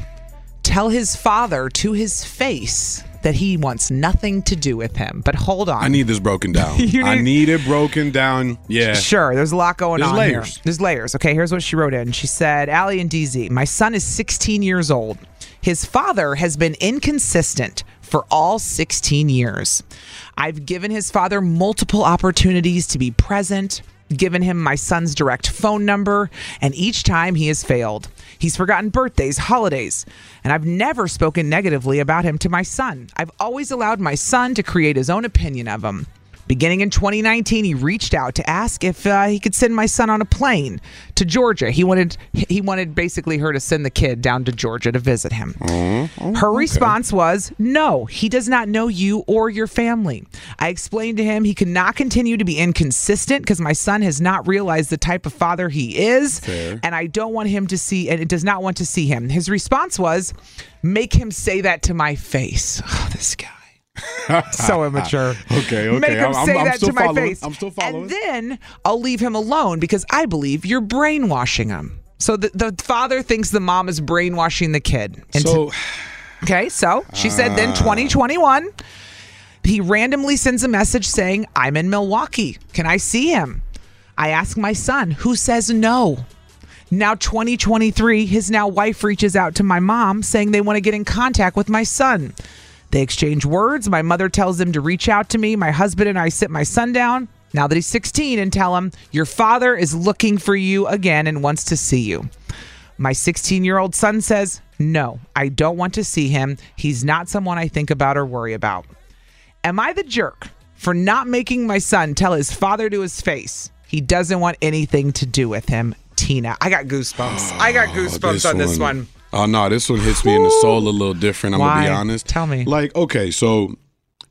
tell his father to his face that he wants nothing to do with him. But hold on. I need this broken down. You I need it broken down. Yeah. Sure, there's a lot going There's on layers. here. There's layers. Okay, here's what she wrote in. She said, Allie and DZ, my son is 16 years old. His father has been inconsistent for all 16 years. I've given his father multiple opportunities to be present, given him my son's direct phone number, and each time he has failed. He's forgotten birthdays, holidays, and I've never spoken negatively about him to my son. I've always allowed my son to create his own opinion of him. Beginning in 2019, he reached out to ask if uh, he could send my son on a plane to Georgia. He wanted he wanted basically her to send the kid down to Georgia to visit him. Her response was, "No, he does not know you or your family." I explained to him he cannot continue to be inconsistent because my son has not realized the type of father he is, and I don't want him to see and it does not want to see him. His response was, "Make him say that to my face." Oh, this guy so immature. Okay, okay. Make him I'm- say I'm- I'm that still to my following. face. I'm still And then I'll leave him alone because I believe you're brainwashing him. So the, the father thinks the mom is brainwashing the kid. And So- okay, so she said then 2021, he randomly sends a message saying, I'm in Milwaukee. Can I see him? I ask my son, who says no. Now, 2023, his now wife reaches out to my mom saying they want to get in contact with my son. They exchange words. My mother tells him to reach out to me. My husband and I sit my son down now that he's 16 and tell him, Your father is looking for you again and wants to see you. My 16 year old son says, No, I don't want to see him. He's not someone I think about or worry about. Am I the jerk for not making my son tell his father to his face he doesn't want anything to do with him? Tina, I got goosebumps. Ah, I got goosebumps on Oh, this one. Oh no, this one hits me in the soul a little different. I'm Why? gonna be honest. Tell me. Like, okay, so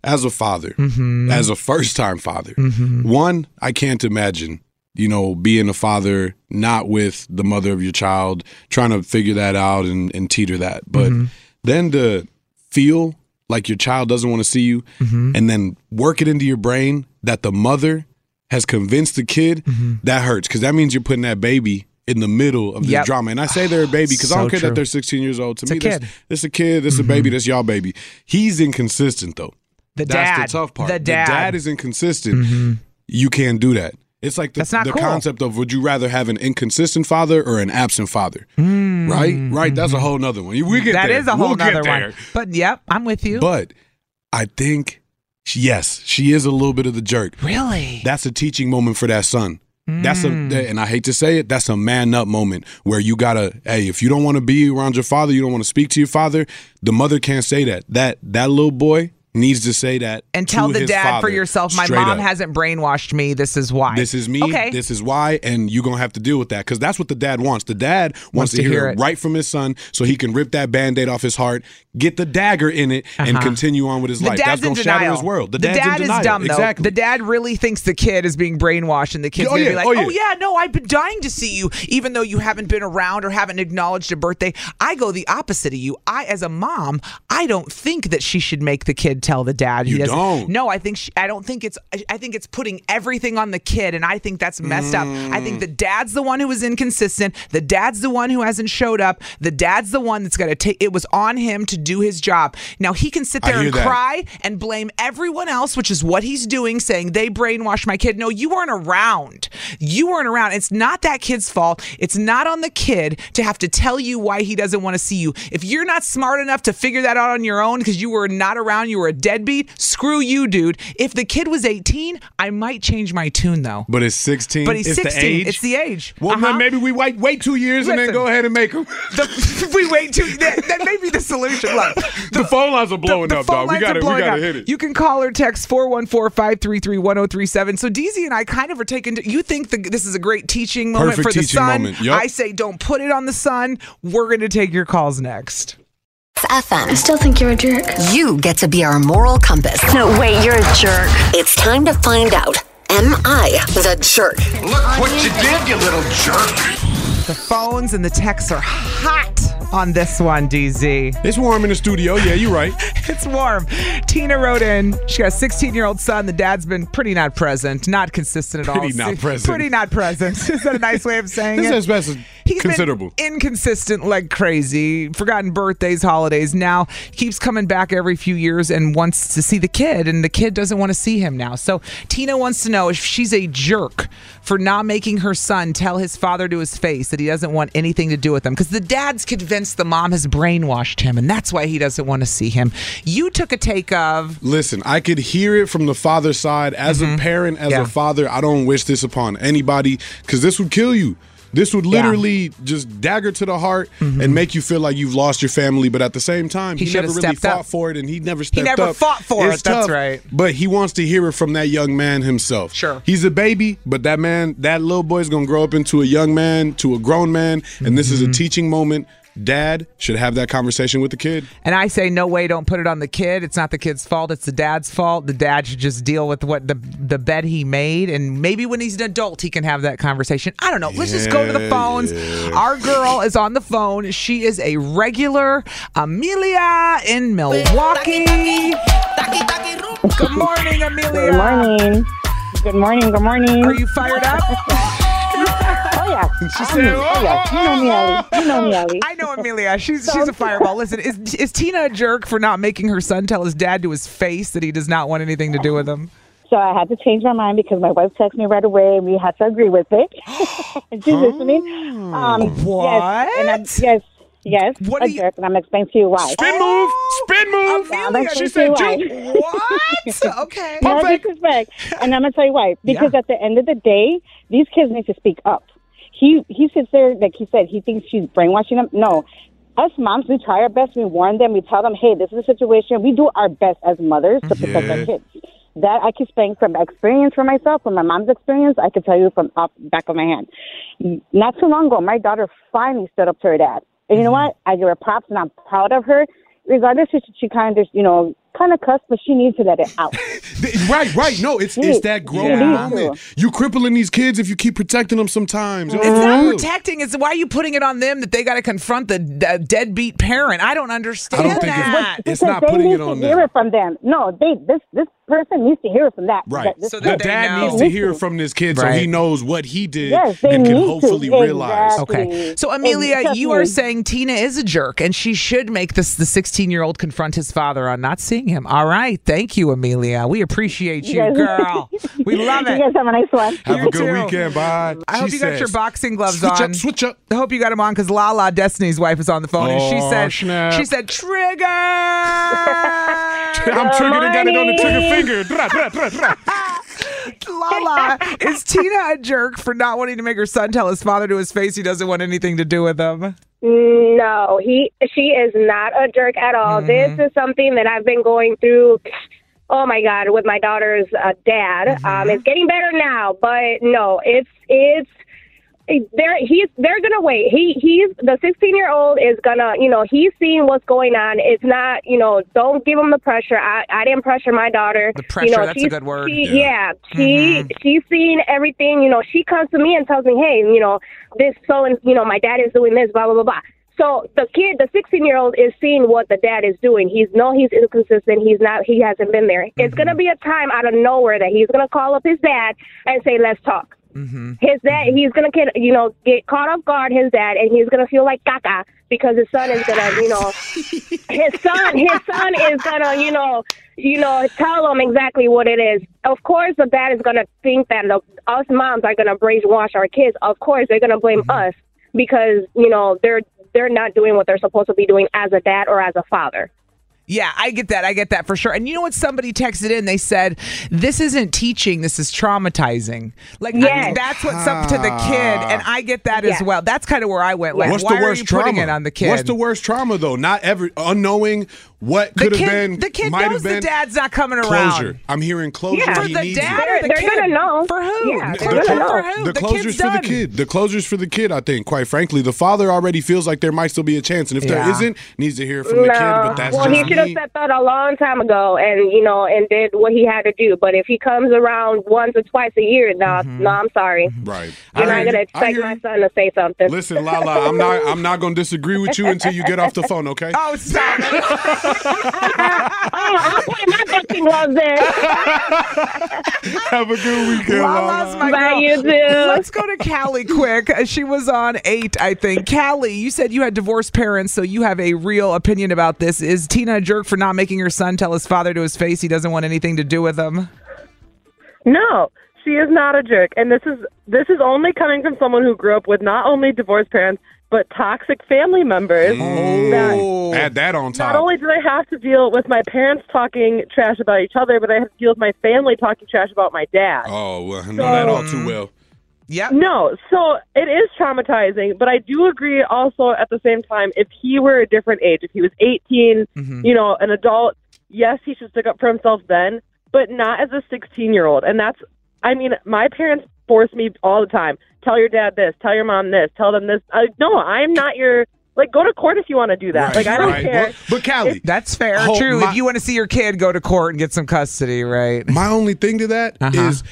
as a father, Mhm. as a first time father, Mhm. one, I can't imagine, you know, being a father not with the mother of your child, trying to figure that out and, and teeter that. But Mhm. then to feel like your child doesn't want to see you Mm-hmm. Mhm. and then work it into your brain that the mother has convinced the kid, Mm-hmm. that hurts because that means you're putting that baby in the middle of this Yep. drama. And I say they're a baby because I So don't care true. that they're 16 years old. To It's a me, that's kid. it's a kid, this a baby, that's y'all baby. He's inconsistent though. Mm-hmm. The that's dad. the tough part. The dad. Mm-hmm. is inconsistent. You can't do that. It's like the, That's not the cool. concept of would you rather have an inconsistent father or an absent father? Mm. Right? Right. That's a whole nother one. We get Mm-hmm. That there. is a whole We'll get nother one. there. But yep, I'm with you. But I think yes, she is a little bit of the jerk. Really? Hmm. That's a teaching moment for that son. That's a and I hate to say it, that's a man up moment where you gotta, hey, if you don't wanna be around your father, you don't wanna speak to your father, the mother can't say that. That that little boy needs to say that. and tell to the his dad for father yourself. My straight mom up. hasn't brainwashed me. This is why. This is me. Okay. This is why, and you're gonna have to deal with that because that's what the dad wants. The dad wants, to, hear, it right from his son, so he can rip that band-aid off his heart, get the dagger in it, and Uh-huh. continue on with his the life. dad's That's gonna in shatter denial. his world. The, The, dad's dad in is denial. dumb though. Exactly. The dad really thinks the kid is being brainwashed, and the kid's Oh, gonna yeah. be like, Oh, "Oh yeah. yeah. no, I've been dying to see you, even though you haven't been around or haven't acknowledged a birthday." I go the opposite of you. I, as a mom, I don't think that she should make the kid tell the dad. You he doesn't- don't. No, I think she, I don't think it's. I- I think it's putting everything on the kid, and I think that's messed up. I think the Mm. dad's the one who was inconsistent. The dad's the one who hasn't showed up. The dad's the one that's gonna take. It was on him to do his job. Now he can sit I there hear and that. cry and blame everyone else, which is what he's doing, saying they brainwashed my kid. No, you weren't around. You weren't around. It's not that kid's fault. It's not on the kid to have to tell you why he doesn't want to see you. If you're not smart enough to figure that out on your own because you were not around, you were a deadbeat, screw you, dude. If the kid was 18, I might change my tune though. But it's 16. But he's it's 16. The age. It's the age. Uh-huh. Well, then maybe we wait wait two years and then go ahead and make them. we wait two. That, that may be the solution. Look, the, phone lines are blowing the up, phone dog. We lines gotta, are we blowing gotta up. hit it. You can call or text 414-533-1037. So DZ and I kind of are taking you think the, this is a great teaching moment Perfect for the teaching sun. moment. Yup. I say don't put it on the sun. We're going to take your calls next. FM. I still think you're a jerk. You get to be our moral compass. No, wait, you're a jerk. It's time to find out. Am I the jerk? Look what you did, you little jerk. The phones and the texts are hot on this one, DZ. It's warm in the studio. Yeah, you're right. it's warm. Tina wrote in. She got a 16 year old son. The dad's been pretty not present, not consistent at all. Pretty not See, present. Pretty not present. Is that a nice way of saying This it? is best- He's been considerable. inconsistent like crazy. Forgotten birthdays, holidays. Now keeps coming back every few years and wants to see the kid, and the kid doesn't want to see him now. So Tina wants to know if she's a jerk for not making her son tell his father to his face that he doesn't want anything to do with him because the dad's convinced the mom has brainwashed him, and that's why he doesn't want to see him. You took a take of Listen, I could hear it from the father's side. As a parent, as Mm-hmm. Yeah. a father, I don't wish this upon anybody because this would kill you. This would Yeah. Mm-hmm. literally just dagger to the heart and make you feel like you've lost your family. But at the same time, He he, should never have really stepped up. fought for it and he never He stepped up. never fought for It's it, that's tough, right. But he wants to hear it from that young man himself. Sure. He's a baby, but that man, that little boy's going to grow up into a young man, to a grown man. And this is Mm-hmm. a teaching moment. Dad should have that conversation with the kid. And I say, no way, don't put it on the kid. It's not the kid's fault. It's the dad's fault. The dad should just deal with what the the bet he made. And maybe when he's an adult, he can have that conversation. I don't know. Let's just go to the Yeah, phones. yeah. Our girl is on the phone. She is a regular Amelia in Milwaukee. Good morning, Amelia. Good morning. Good morning. Good morning. Are you fired up? oh yeah. She I'm- said, oh, yeah. You know me, Ali. You know me, Ali. oh." I know Amelia. She's she's a fireball. Listen, is is Tina a jerk for not making her son tell his dad to his face that he does not want anything to do with him? So I had to change my mind because my wife texted me right away, and we had to agree with it. and she's listening. Um, What? Yes, and I'm, yes, yes. What a jerk, and I'm explaining to you why. Spin move. Spin move. Amelia, she said ju- What? okay. No disrespect. And I'm gonna tell you why. Because at the end of the day, these kids need to speak up. He he sits there like he said. He thinks she's brainwashing them. No, us moms, we try our best. We warn them. We tell them, hey, this is the situation. We do our best as mothers to protect Yeah. our kids. That I can speak from experience for myself, from my mom's experience. I can tell you from up back of my hand. Not too long ago, my daughter finally stood up to her dad. And you know Mm-hmm. what? I give her props, and I'm proud of her. Regardless, if she, she kind of, you know, kind of cussed, but she needs to let it out. Right, right. No, it's it's that grown Yeah. moment. You crippling these kids if you keep protecting them. Sometimes Mm-hmm. It's not protecting. It's why are you putting it on them that they got to confront the d- deadbeat parent? I don't understand think it's- that. it's Because not they putting need it to on them. hear it from them. No, they this this person needs to hear it from that. Right. that- this the person dad needs to hear from this kid so he Right. knows what he did Yes, they and can need to. hopefully realize. Okay. So Amelia, you are saying Tina is a jerk, and she should make this the 16 year old confront his father on not seeing him. All right. Thank you, Amelia. We appreciate you, guys- girl. We love it. You guys have a nice one. Have a good weekend. Bye. I hope She you got says, your boxing gloves switch on. Up, switch up. I hope you got them on because Lala, Destiny's wife, is on the phone, and she Oh, said, snap. she said, trigger. I'm I'm triggered and got it on the trigger finger. Lala, is Tina a jerk for not wanting to make her son tell his father to his face he doesn't want anything to do with him? No, he she is not a jerk at all. This is something that I've been going through. Oh my god, with my daughter's uh, dad. Um, it's getting better now, but no, it's it's they're he's they're gonna wait. He he's the sixteen year old is gonna you know he's seeing what's going on. It's not you know don't give him the pressure. I I didn't pressure my daughter. The pressure, you know, that's a she's- good word. She, Yeah. yeah, yeah, she she's seen everything. You know, she comes to me and tells me, "Hey, you know, this so and you know, my dad is doing this, blah blah blah blah." So the kid, the sixteen year old, is seeing what the dad is doing. He's no, he's inconsistent. He's not. He hasn't been there. It's gonna be a time out of nowhere that he's gonna call up his dad and say, "Let's talk." His dad, he's gonna get you know get caught off guard. His dad, and he's gonna feel like caca because his son is gonna you know his son his son is gonna you know you know tell him exactly what it is. Of course, the dad is gonna think that the, us moms are gonna brainwash our kids. Of course, they're gonna blame us because you know they're they're not doing what they're supposed to be doing as a dad or as a father. Yeah, I get that. I get that for sure. And you know what? Somebody texted in. They said, "This isn't teaching. This is traumatizing." Like I- Yes. that's what's up to the kid, and I get that as Yeah. well. That's kind of where I went. Like, What's why the worst are you trauma? putting it on the kid? What's the worst trauma though? Not ever unknowing what The could have kid- been. the kid might knows have the been. dad's not coming around. closure. I'm hearing closure. Yeah. For He the needs dad it. or the they're kid? gonna know For who? Yeah, The, they're gonna clo- know. who? the The closure's kid's for done. the kid. The closure's for the kid, I think, quite frankly. The father already feels like there might still be a chance. And if Yeah. there isn't, needs to hear it from the kid. But that's well, just he should have me. stepped out a long time ago, and you know, and did what he had to do. But if he comes around once or twice a year, no, no, I'm sorry. Right. You're Mm-hmm. I not gonna hear you. I expect hear my you. son to say something. Listen, Lala, I'm not I'm not gonna disagree with you until you get off the phone, okay? Oh, stop! I'm putting my fucking gloves in. Have a good weekend, Lala's Lala. my Bye, girl. you two. Let's go to Callie quick. Uh, She was on eight, I think. Callie, you said you had divorced parents, so you have a real opinion about this. Is Tina a jerk for not making her son tell his father to his face he doesn't want anything to do with him? No, she is not a jerk, and this is this is only coming from someone who grew up with not only divorced parents but toxic family members. Mm. That Oh. Add that on top. not only did I have to deal with my parents talking trash about each other, but I had to deal with my family talking trash about my dad. oh, well, I know that all Mm. too well. Yeah. No, so it is traumatizing, but I do agree also at the same time, if he were a different age, if he was 18, you know, an adult, yes, he should stick up for himself then, but not as a 16 year old. And that's, I mean, my parents force me all the time tell your dad this, tell your mom this, tell them this. I, no, I'm not your, like, go to court if you want to do that. like, I don't care. But, but Callie, That's fair. Hope True. my- if you want to see your kid, go to court and get some custody, right? My only thing to that is. Uh-huh.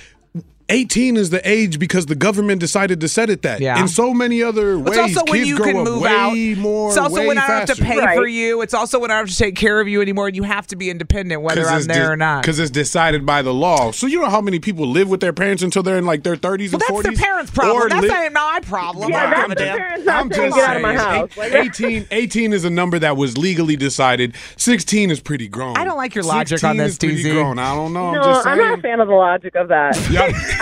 18 is the age because the government decided to set it that. Yeah. In so many other It's ways, also when kids you grow can up move way out. More, it's also way when I don't have to faster. pay for you. It's also when I don't have to take care of you anymore, and you have to be independent whether I'm there or not. Because it's decided by the law. So you know how many people live with their parents until they're in like their 30s and 40s? That's their parents' Or problem. That's li- not my problem. Yeah, I don't that's give a the damn. parents' I'm just "Get out of my saying, house." Like- 18, 18 is a number that was legally decided. 16 is pretty grown. I don't like your logic on 16 this, is pretty DZ. grown. I don't know. No, I'm just I'm saying. not a fan of the logic of that.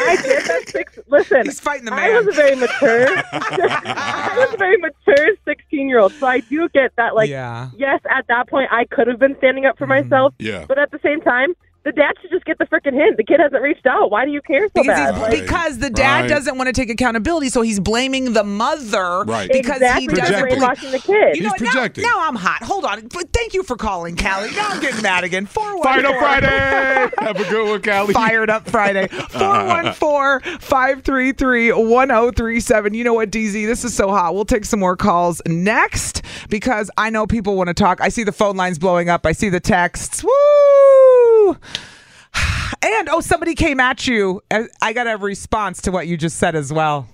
I get that six. Listen, he's fighting the I was a very mature. I was a very mature 16 year old, so I do get that. Like, Yeah. Mm-hmm. yes, at that point, I could have been standing up for myself. Yeah. But at the same time, The dad should just get the freaking hint. The kid hasn't reached out. Why do you care so Because, bad? he's- Like, because the dad Right. doesn't want to take accountability, so he's blaming the mother Right. because Exactly, he doesn't. Projecting. brainwashing the kid. You He's know, what? now, projecting. now I'm hot. Hold on, but thank you for calling, Callie. Now I'm getting mad again. Four Final Friday. Have a good one, Callie. Fired up Friday. 414-533-1037. You know what, DZ? This is so hot. We'll take some more calls next because I know people want to talk. I see the phone lines blowing up. I see the texts. Woo! And oh, somebody came at you. I- I got a response to what you just said as well.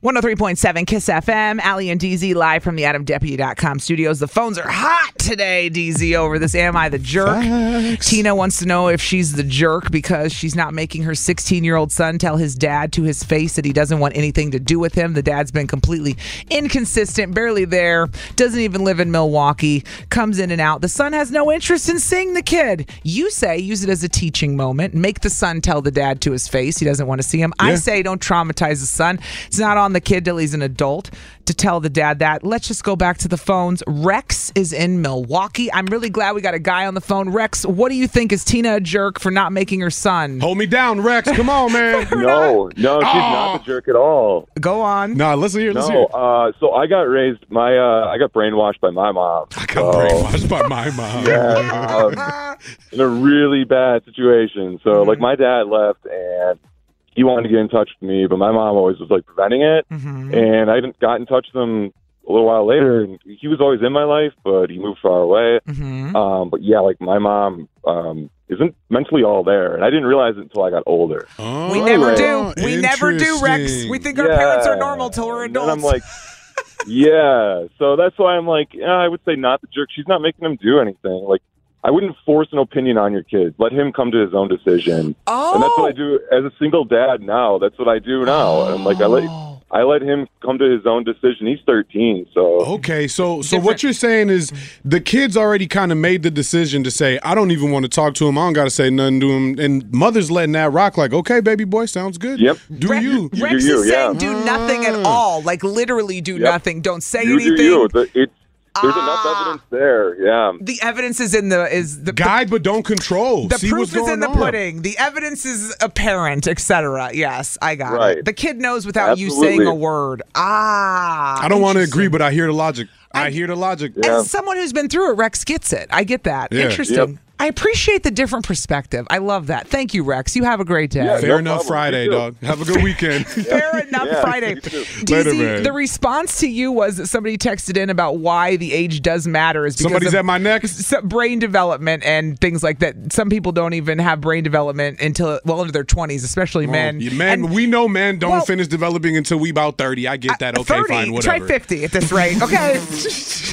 103.7 Kiss FM, Ali and DZ live from the AdamDeputy.com studios. The phones are hot today, DZ, over this Am I the Jerk? Tina wants to know if she's the jerk because she's not making her 16 year old son tell his dad to his face that he doesn't want anything to do with him. The dad's been completely inconsistent, barely there, doesn't even live in Milwaukee, comes in and out. The son has no interest in seeing the kid. You say use it as a teaching moment, make the son tell the dad to his face he doesn't want to see him. I Yeah. say, say don't traumatize the son. It's not on the kid till he's an adult to tell the dad that. Let's just go back to the phones. Rex is in Milwaukee. I'm really glad we got a guy on the phone. Rex, what do you think? Is Tina a jerk for not making her son? Hold me down, Rex. Come on, man. No, no, she's not a jerk at Oh. all. Go on. Nah, listen here. Listen No, uh, so I got raised. My uh, I got brainwashed by my mom. I got brainwashed by my mom. Yeah, um, in a really bad situation. So Mm-hmm. like, my dad left, and he wanted to get in touch with me, but my mom always was like preventing it. Mm-hmm. And I didn't got in touch with him a little while later. And he was always in my life, but he moved far away. Mm-hmm. Um, but yeah, like my mom um, isn't mentally all there, and I didn't realize it until I got older. We never Oh, do. We never do, Rex. We think our parents are normal till we're And adults. then I'm like, yeah. So that's why I'm like, eh, I would say not the jerk. She's not making him do anything. Like, I wouldn't force an opinion on your kid. Let him come to his own decision. Oh. And that's what I do as a single dad now. That's what I do now. And I'm like, I let I let him come to his own decision. He's 13, so Okay, so so what you're saying is the kids already kind of made the decision to say, I don't even want to talk to him. I don't got to say nothing to him. And mother's letting that rock like, okay, baby boy, sounds good. Yep. Do you? Rex is saying do nothing at Ah. all. Like literally do nothing. Don't say you anything. Ah. do you. The- it- there's enough evidence there. Yeah. The evidence is in the is the guide, but don't control. The See proof what's is going in the on. pudding. The evidence is apparent, etc. Yes, I got it. Right. The kid knows without you saying Absolutely. a word. Ah, I don't want to interesting. agree, but I hear the logic. I, hear the logic. As someone who's been through it, Rex gets it. I get that. Yeah. Interesting. Yep. I appreciate the different perspective. I love that. Thank you, Rex. You have a great day. Fair enough Friday, dog. Have a good weekend. Fair enough Friday. Later, DZ, man. the response to you was that somebody texted in about why the age does matter is because Somebody's of at my neck. s- brain development and things like that. Some people don't even have brain development until well into their twenties, especially Oh, men. you- man, we know men don't well- finish developing until we about 30. I get that. Okay, 30, fine, try whatever. 50 at this rate. Okay.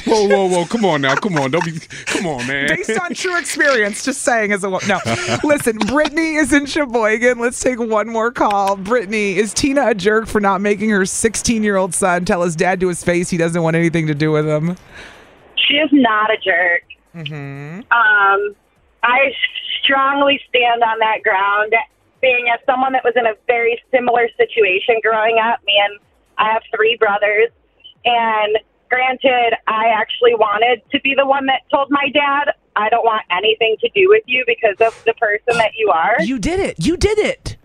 whoa, whoa, whoa. Come on now. Come on. Don't be. Come on, man. Based on true experience, just saying as a wo- no. Listen, Brittany is in Sheboygan. Let's take one more call. Brittany, is Tina a jerk for not making her 16 year old son tell his dad to his face he doesn't want anything to do with him? She is not a jerk. Mm-hmm. Um, I strongly stand on that ground. Being as someone that was in a very similar situation growing up, me and I have three brothers, and granted, I actually wanted to be the one that told my dad, "I don't want anything to do with you because of the person that you are." You did it. You did it.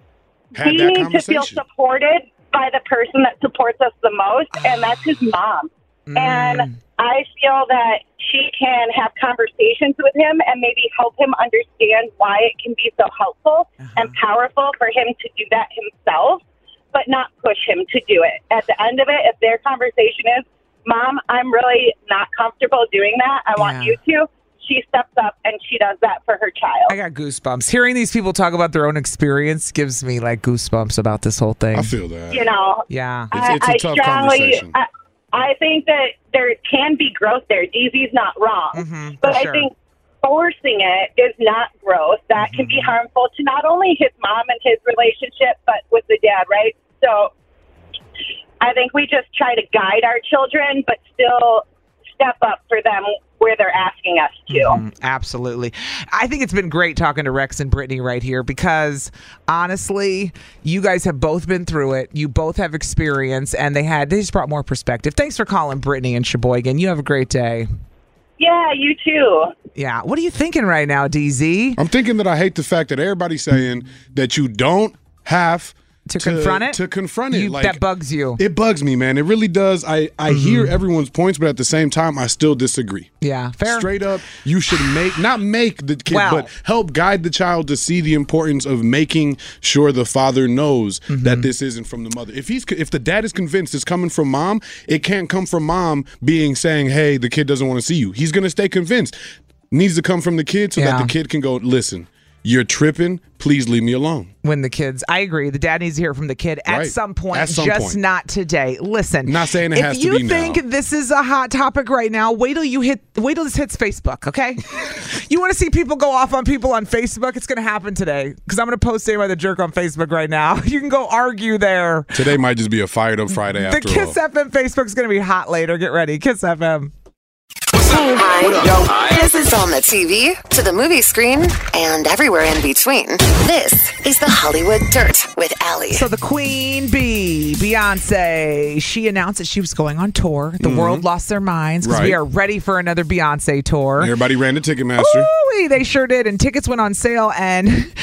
Had we that need to feel conversation. supported by the person that supports us the most, and that's his mom. Mm. And I feel that she can have conversations with him and maybe help him understand why it can be so helpful Uh-huh. and powerful for him to do that himself, but not push him to do it. At the end of it, if their conversation is, Mom, I'm really not comfortable doing that, I want you to, she steps up and she does that for her child. I got goosebumps. Hearing these people talk about their own experience gives me like goosebumps about this whole thing. I feel that. you know. Yeah. I- I strongly- I, I think that there can be growth there. DZ's not wrong. but I sure. think forcing it is not growth. That can be harmful to not only his mom and his relationship, but with the dad, right? So I think we just try to guide our children, but still step up for them where they're asking us to. Mhm, absolutely. I think it's been great talking to Rex and Brittany right here because honestly, you guys have both been through it. You both have experience and they had they just brought more perspective. Thanks for calling Brittany and Sheboygan. You have a great day. Yeah, you too. Yeah. What are you thinking right now, DZ? I'm thinking that I hate the fact that everybody's saying that you don't have to, confront it? To confront it. You- that bugs you. It bugs me, man. It really does. I, Mm-hmm. I hear everyone's points, but at the same time, I still disagree. Yeah, fair. Straight up, you should make, not make the kid, Well- but help guide the child to see the importance of making sure the father knows that this isn't from the mother. If he's if the dad is convinced it's coming from mom, it can't come from mom being saying, "Hey, the kid doesn't want to see you." He's going to stay convinced. Needs to come from the kid so that Yeah. the kid can go, "Listen, you're tripping. Please leave me alone." When the kids, I agree, the dad needs to hear from the kid at Right. some point, At some just point. not today. Listen, Not saying it if has to you be now. think this is a hot topic right now, wait till you hit, wait till this hits Facebook, okay? you want to see people go off on people on Facebook? It's going to happen today because I'm going to post "Say by the Jerk" on Facebook right now. You can go argue there. Today might just be a fired up Friday The after all. Kiss FM Facebook's going to be hot later. Get ready, Kiss FM. Hi. This is on the TV, to the movie screen, and everywhere in between. This is the Hollywood Dirt with Allie. So the Queen Bee, Beyonce, she announced that she was going on tour. The Mhm. world lost their minds because we Right. are ready for another Beyonce tour. Everybody ran to Ticketmaster. Ooh, they sure did, and tickets went on sale and.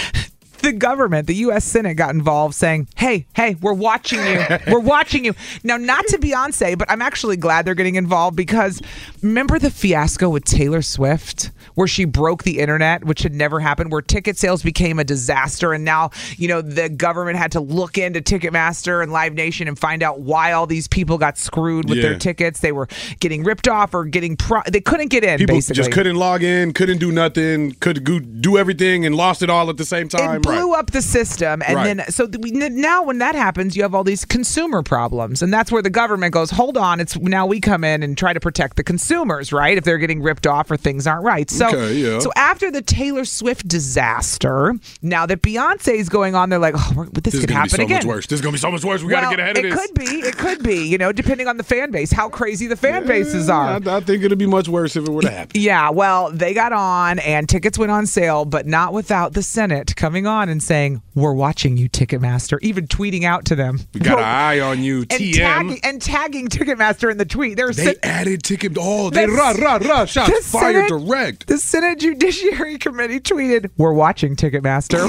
The government, the U.S. Senate got involved saying, hey, hey, we're watching you. We're watching you. Now, not to Beyonce, but I'm actually glad they're getting involved because remember the fiasco with Taylor Swift where she broke the internet, which had never happened, where ticket sales became a disaster. And now, you know, the government had to look into Ticketmaster and Live Nation and find out why all these people got screwed with their Yeah. tickets. They were getting ripped off or getting, pro- they couldn't get in, People basically. just couldn't log in, couldn't do nothing, could go- do everything, and lost it all at the same time. It blew right. up the system, and Right. then so th- we, n- now when that happens, you have all these consumer problems, and that's where the government goes. Hold on, it's now we come in and try to protect the consumers, right? If they're getting ripped off or things aren't right. So, Okay, yeah. so after the Taylor Swift disaster, now that Beyonce is going on, they're like, oh, we're, this, This is could gonna be happen so again. much worse. This is gonna be so much worse. We Well, gotta get ahead of it this. could be, it could be, you know, depending on the fan base, how crazy the fan bases are. I, I think it'd be much worse if it would have happened. Yeah, well, they got on and tickets went on sale, but not without the Senate coming on and saying, We're watching you, Ticketmaster, even tweeting out to them. We got an eye on you, And TM. tagging, and tagging Ticketmaster in the tweet. They're they sen- added ticket. Oh, they The- rah rah rah the shots Senate- fired direct. The Senate Judiciary Committee tweeted, We're watching Ticketmaster.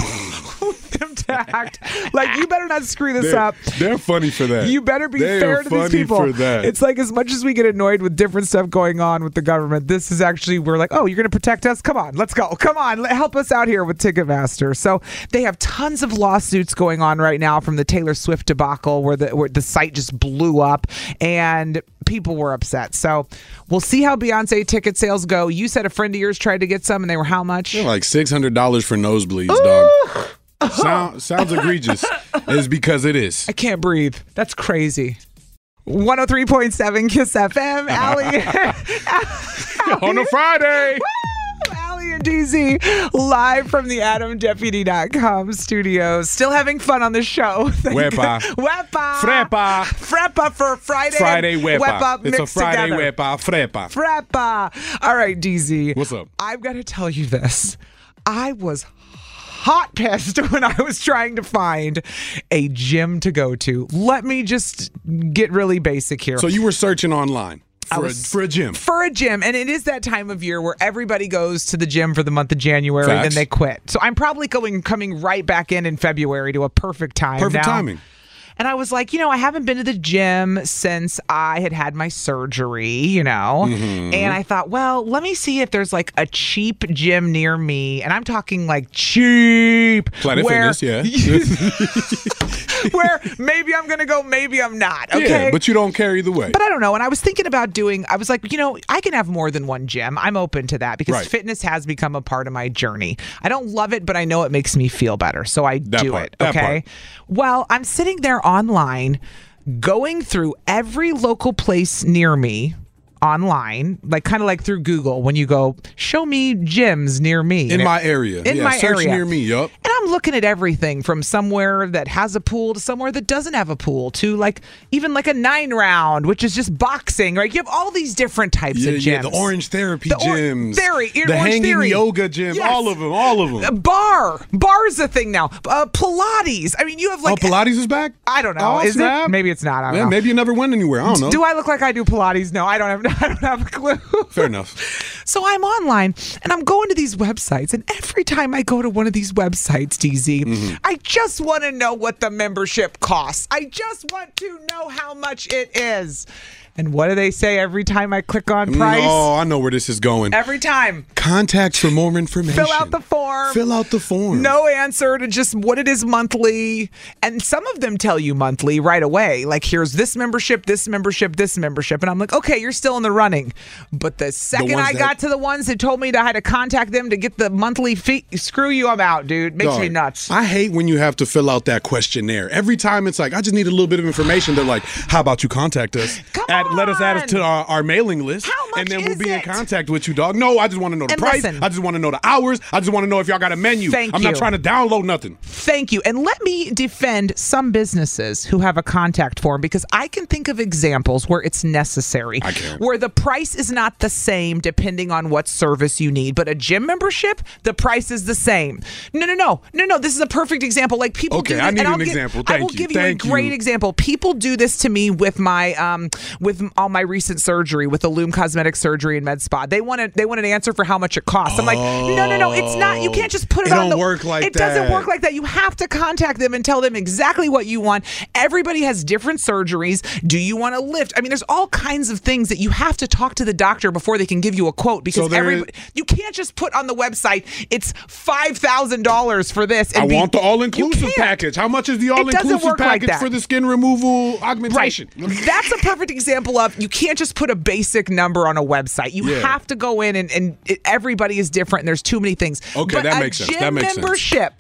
With them tagged. Like, you better not screw this They're, up. they're funny for that. You better be They fair are to funny these people. For that. It's like as much as we get annoyed with different stuff going on with the government, this is actually we're like, oh, you're going to protect us? Come on, let's go. Come on, let- help us out here with Ticketmaster. So they have tons of lawsuits going on right now from the Taylor Swift debacle, where the where the site just blew up and people were upset. So we'll see how Beyonce ticket sales go. You said a friend of yours tried to get some, and they were how much? They're like six hundred dollars for nosebleeds, dog. Sound, sounds egregious. is because it is. I can't breathe. That's crazy. 103.7 Kiss FM. Allie. on a Friday. Allie and DZ live from the AdamDeputy.com studios. Still having fun on the show. Thank Wepa. God. Wepa. Freppa. Freppa for Friday. Friday wepa. Wepa it's mixed a Friday together. wepa. Freppa. Freppa. All right, DZ. What's up? I've got to tell you this. I was hot pissed when I was trying to find a gym to go to. Let me just get really basic here. So you were searching online I for, was- a, for a gym. for a gym, and it is that time of year where everybody goes to the gym for the month of January, then Facts. they quit. So I'm probably going coming right back in in February to a perfect time. Perfect now. timing. And I was like, you know, I haven't been to the gym since I had had my surgery, you know? Mm-hmm. Mhm. And I thought, well, let me see if there's like a cheap gym near me. And I'm talking like cheap. Planet where, Fitness, yeah. where maybe I'm going to go, maybe I'm not. Okay. Yeah, but you don't care either way. But I don't know. And I was thinking about doing, I was like, you know, I can have more than one gym. I'm open to that because Right. fitness has become a part of my journey. I don't love it, but I know it makes me feel better. So I That do part, it. that Okay. Well, I'm sitting there online going through every local place near me online like kind of like through google when you go show me gyms near me in And it- my area. in yeah, my search area near me. Yup. and I'm looking at everything from somewhere that has a pool to somewhere that doesn't have a pool to like even like a nine round, which is just boxing, right? You have all these different types Yeah, of gyms. yeah, the orange therapy The or- gyms. theory, the orange hanging theory. yoga gym. Yes. Uh, All of them. All of A them. bar. Bar's a thing now. Uh, Pilates. I mean, you have like. oh, Pilates is back? I don't know. Oh, is snap. it? Maybe it's not. I don't yeah, know. maybe you never went anywhere. I don't know. Do I look like I do Pilates? No, I don't have. I don't have a clue. Fair enough. So I'm online and I'm going to these websites, and every time I go to one of these websites, DZ, Mm-hmm. I just want to know what the membership costs. I just want to know how much it is. And what do they say every time I click on price? Oh, I know where this is going. Every time. Contact for more information. Fill out the form. Fill out the form. No answer to just what it is monthly. And some of them tell you monthly right away. Like, here's this membership, this membership, this membership. And I'm like, okay, you're still in the running. But the second ones I that- got to the ones that told me that I had to contact them to get the monthly fee, screw you, I'm out, dude. Makes me Dog, nuts. I hate when you have to fill out that questionnaire. Every time it's like, I just need a little bit of information. They're like, How about you contact us? Add- let us add us to our, our mailing list. and then we'll be in contact with you, dog. No, I just want to know the And price. listen. I just want to know the hours. I just want to know if y'all got a menu. Thank I'm you. not trying to download nothing. Thank you. And let me defend some businesses who have a contact form because I can think of examples where it's necessary, where the price is not the same depending on what service you need. But a gym membership, the price is the same. No, no, no, no, no. This is a perfect example. Like people Okay, do this, I need and an I'll gi- example. I will Thank you. give you Thank a you. great example example, people do this to me with my um with m- all my recent surgery with the Loom cosmetic surgery and med spa. They want to they want an answer for how much it costs. I'm like, no, no, no, it's not. You can't just put it, It on. don't the, work like it doesn't that. work like that. You have to contact them and tell them exactly what you want. Everybody has different surgeries. Do you want to lift? I mean, there's all kinds of things that you have to talk to the doctor before they can give you a quote because there every is- you can't just put on the website it's five thousand dollars for this. And I be- want the all You inclusive can't. package. How much is the It all doesn't inclusive work like package that. for the skin removal augmentation? Right. That's a perfect example of you can't just put a basic number on a website. You Yeah. have to go in and, and it, everybody is different and there's too many things. Okay, But that a makes sense. Gym That makes sense. membership.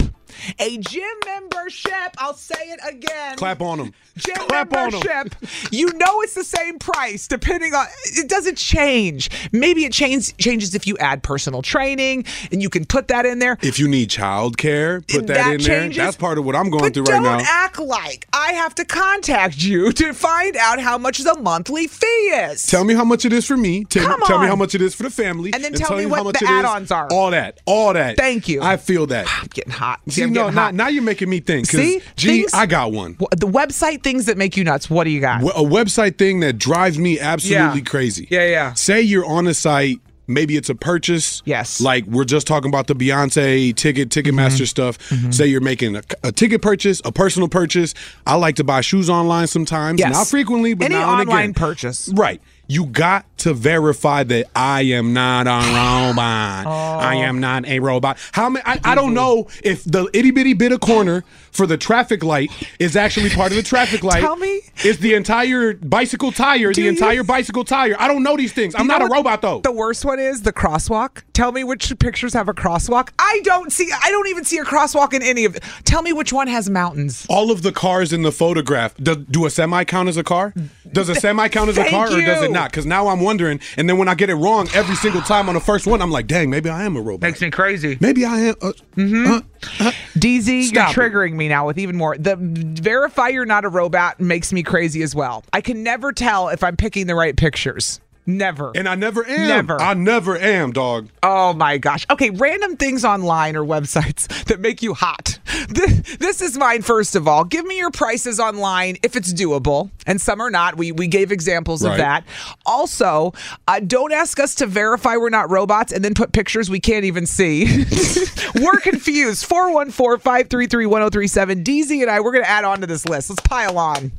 A gym membership, I'll say it again. Clap on them. Gym Clap on 'em. membership, you know it's the same price depending on it doesn't change. Maybe it change, changes if you add personal training and you can put that in there. If you need childcare, put that, That in there. changes. That's part of what I'm going through right Don't now. act like I have to contact you to find out how much the monthly fee is. Tell me how much it is for me. Tell, Come tell me on. how much it is for the family. And then tell me you what how much the it is. add-ons are. All that. All that. Thank you. I feel that. I'm getting hot. See, I'm no, getting now- hot. Now, you're making me think. 'cause, See? Gee, Things- I got one. W- The website things that make you nuts. What do you got? A website thing that drives me absolutely Yeah. crazy. Yeah, yeah. Say you're on a site. Maybe it's a purchase. Yes. Mm-hmm. Like we're just talking about the Beyonce ticket, Ticketmaster stuff. Say you're making a, a ticket purchase, a personal purchase. I like to buy shoes online sometimes. Yes. Not frequently, but Any now and online again. purchase. Right. You got to verify that I am not a robot. I Oh. am not a robot. How many? I, I Mm-hmm. don't know if the itty bitty bit of corner for the traffic light is actually part of the traffic light. Tell me. It's the entire bicycle tire, Do the you- entire bicycle tire. I don't know these things. I'm You not know a what robot though. The worst one is the crosswalk. Tell me which pictures have a crosswalk. I don't see. I don't even see a crosswalk in any of. Tell me which one has mountains. All of the cars in the photograph, do, do a semi count as a car? Does a semi count as a Thank car or does you. it not? Because now I'm wondering. And then when I get it wrong every single time on the first one, I'm like, dang, maybe I am a robot. Makes me crazy. Maybe I am. Uh, DZ, Stop it. Mm-hmm. you're triggering me now with even more. The verify you're not a robot makes me crazy as well. I can never tell if I'm picking the right pictures. Never. And I never am. Never. I never am, dog. Oh my gosh. Okay, random things online or websites that make you hot. This, this is mine, first of all. Give me your prices online if it's doable, and some are not. We, we gave examples of Right. that. Also, uh, don't ask us to verify we're not robots and then put pictures we can't even see. we're confused. 414 533 1037. DZ and I, we're going to add on to this list. Let's pile on.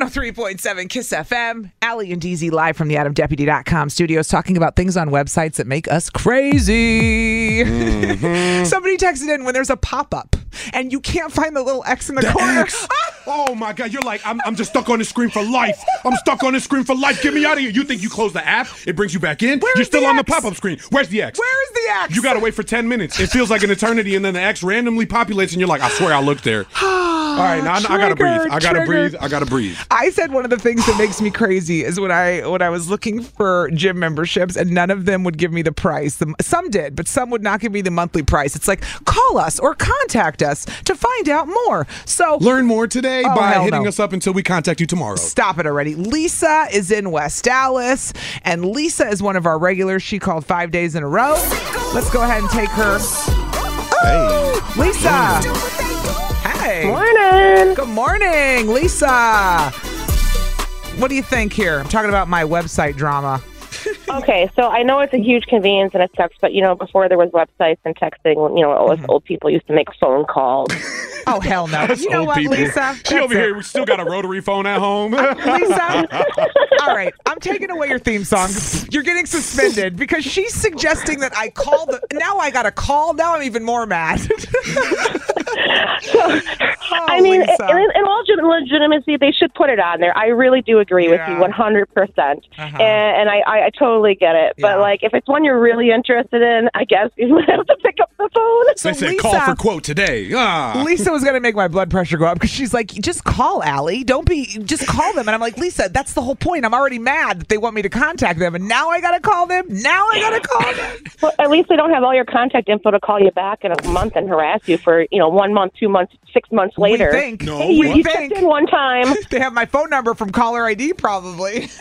103.7 Kiss FM. Allie and DZ live from the AdamDeputy.com studios talking about things on websites that make us crazy. Mm-hmm. Mm. Somebody texted in when there's a pop up and you can't find the little X in the, corner. Oh my God, you're like, I'm, I'm just stuck on the screen for life. I'm stuck on the screen for life. Get me out of here. You think you close the app, it brings you back in. you're still on the pop up screen. Where's the X? Where's the X? You gotta wait for 10 minutes. It feels like an eternity, and then the X randomly populates, and you're like, I swear I looked there. Ah, All right, now I, I gotta breathe. I gotta breathe. I gotta breathe. I said one of the things that makes me crazy is when I when I was looking for gym memberships and none of them would give me the price. The, some did, but some would not give me the monthly price. It's like call us or contact us to find out more. So learn more today by hitting us us up until we contact you tomorrow. Stop it already. Lisa is in West Dallas, and Lisa is one of our regulars. She called five days in a row. Let's go ahead and take her. Ooh, Lisa. Hey. Morning. Good morning, Lisa. What do you think here? I'm talking about my website drama. Okay, so I know it's a huge convenience and it sucks, but you know, before there was websites and texting, you know, all us Mm-hmm. old people used to make phone calls. Oh hell no! That's you know old what, people. Lisa? She That's Uh, over here. We still got a rotary phone at home. Lisa, all right, I'm taking away your theme song. You're getting suspended because she's suggesting that I call the. Now I got a call. Now I'm even more mad. I mean, in, Oh, Lisa. in all gen- legitimacy, they should put it on there. I really do agree with you 100%. percent Uh-huh. And, and I, I, I totally get it. But, like, if it's one you're really interested in, I guess you would have to pick up the phone. they said call for quote today. Ah. Lisa was gonna make my blood pressure go up because she's like, just call Allie. Don't be, just call them. And I'm like, Lisa, that's the whole point. I'm already mad that they want me to contact them, and now I gotta call them. Now I gotta call them. Well, at least they don't have all your contact info to call you back in a month and harass you for, you know, one month, two months, six months later. We think. Hey, you, you checked in one time. they have my phone number from caller ID, probably.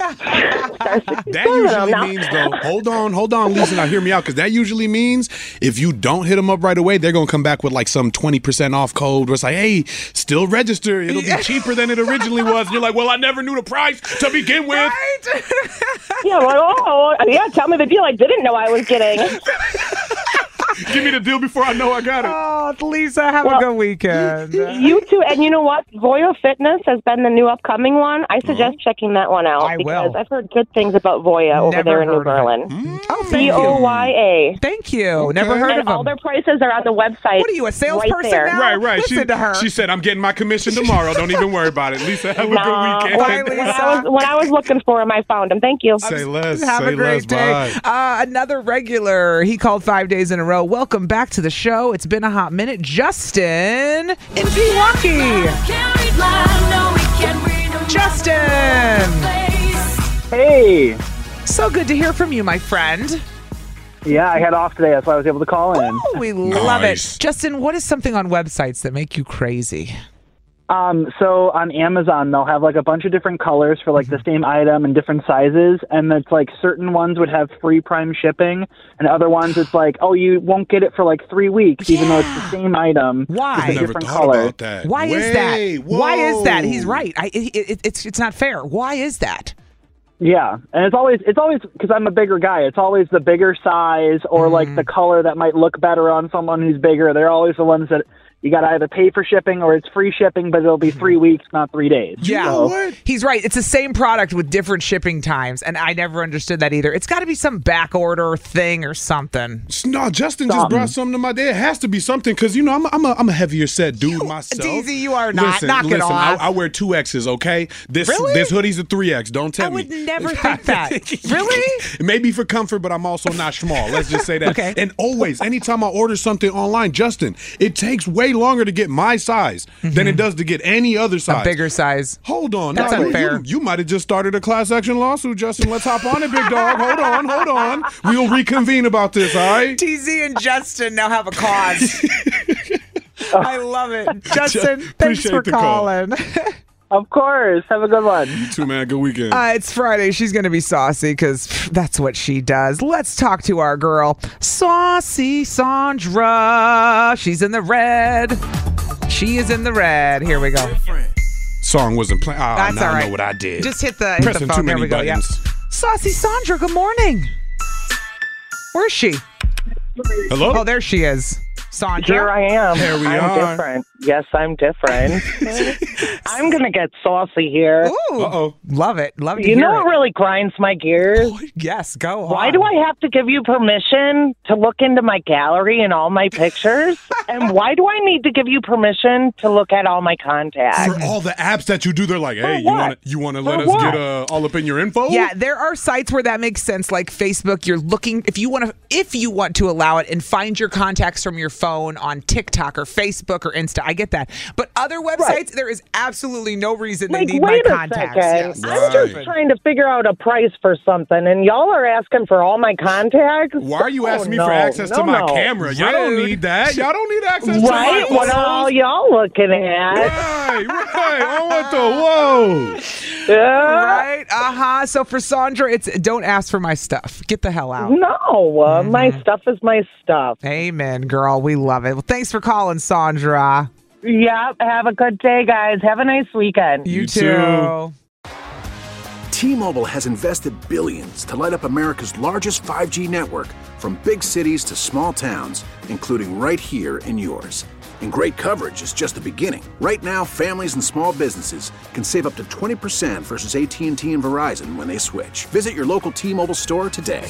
That usually means though. Hold on, hold on, Lisa. Now hear me out, because that usually means if you don't hit them up right away, they're gonna come back with like some twenty percent off code where it's like, hey, still register. It'll be cheaper than it originally was. And you're like, well, I never knew the price to begin with. yeah, well, oh, yeah, tell me the deal I didn't know I was getting. Give me the deal before I know I got it. Oh, Lisa, have Well, a good weekend. You too, and you know what? Voyo Fitness has been the new upcoming one. I suggest checking that one out Mm-hmm. I because will. I've heard good things about Voya over Never there in New heard of Berlin. Oh, V O Y A. Thank you. Oh, Never heard and of all them. their prices are on the website. What are you, a right salesperson there. now? Right, right. Listen she, to her. she said, I'm getting my commission tomorrow. Don't even worry about it. Lisa, have a Nah, when, good weekend. when I was, when I was looking for him, I found him. Thank you. Say less. Have say a great less. day. Bye. Uh, another regular. He called five days in a row. Welcome back to the show. It's been a hot minute. Justin in Pewaukee. Justin. Hey. So good to hear from you, my friend. Yeah, I had off today. That's why I was able to call in. Oh, we love it. Justin, what is something on websites that make you crazy? Um, so on Amazon, they'll have like a bunch of different colors for like the Mm-hmm. same item and different sizes, and it's like certain ones would have free prime shipping, and other ones it's like, oh, you won't get it for like three weeks, even though it's the same item. Why? just a Never different thought color. about that. Why is that? Why is that? He's right. I, it, it, it's it's not fair. Why is that? Yeah, and it's always it's always because I'm a bigger guy. It's always the bigger size or Mm-hmm. like the color that might look better on someone who's bigger. They're always the ones that you got to either pay for shipping or it's free shipping, but it'll be three weeks, not three days. Mm-hmm. Yeah, So- he's right. It's the same product with different shipping times, and I never understood that either. It's got to be some back order thing or something. No, Justin just brought something to my day. It has to be something because you know I'm a, I'm a, I'm a heavier set dude myself. DZ, you are not. Listen, Knock it listen, off. I, I wear two X's. Okay, this Really? this hoodie's a three X. Don't tell me. would never think that. Really? Maybe for comfort, but I'm also not small. Let's just say that. okay. And always, anytime I order something online, Justin, it takes way longer to get my size than it does to get any other size. Mm-hmm. bigger size. Hold on. That's no, you- unfair. You, you might have just started a class action lawsuit, Justin. Let's hop on it, big dog. Hold on, hold on. We'll reconvene about this, all right? TZ and Justin now have a cause. I love it. Justin, thanks appreciate for the call. calling. Of course. Have a good one. You too, man. Good weekend. Uh, it's Friday. She's going to be saucy because that's what she does. Let's talk to our girl, Saucy Sandra. She's in the red. She is in the red. Here we go. Song wasn't playing. Oh, That's now all I right. know what I did. Just hit the, hit the Pressing phone. too There many we go. Yeah. buttons. Saucy Sandra, good morning. Where's she? Hello? Oh, there she is. Sandra. Here I am. There we I'm are. different. Yes, I'm different. I'm gonna get saucy here. Ooh. Uh-oh. Love it. Love to You know hear what it. Oh, really grinds my gears? Yes, go on. Why do I have to give you permission to look into my gallery and all my pictures? and why do I need to give you permission to look at all my contacts? For all the apps that you do, they're like, hey, you want to you want to let us what? get uh, all up in your info? Oh. Yeah, there are sites where that makes sense, like Facebook. You're looking if you want to if you want to allow it and find your contacts from your phone on TikTok or Facebook or Insta. I get that, but other websites, there is absolutely no reason Like, they need wait my a contacts. second. Yes. I'm just trying to figure out a price for something, and y'all are asking for all my contacts. Why are you Oh, asking me no. for access No, to my no. camera? Y'all don't need that. Y'all don't need access Right? to my What are all y'all looking at? Right, right. I want the whoa. Right? Uh huh. So for Sandra, it's don't ask for my stuff. Get the hell out. No, uh, my stuff is my stuff. Mm-hmm. Amen, girl. We love it. Well, thanks for calling, Sandra. Yeah, have a good day, guys. Have a nice weekend. You, too. T-Mobile has invested billions to light up America's largest 5G network from big cities to small towns, including right here in yours. And great coverage is just the beginning. Right now, families and small businesses can save up to 20% versus AT&T and Verizon when they switch. Visit your local T-Mobile store today.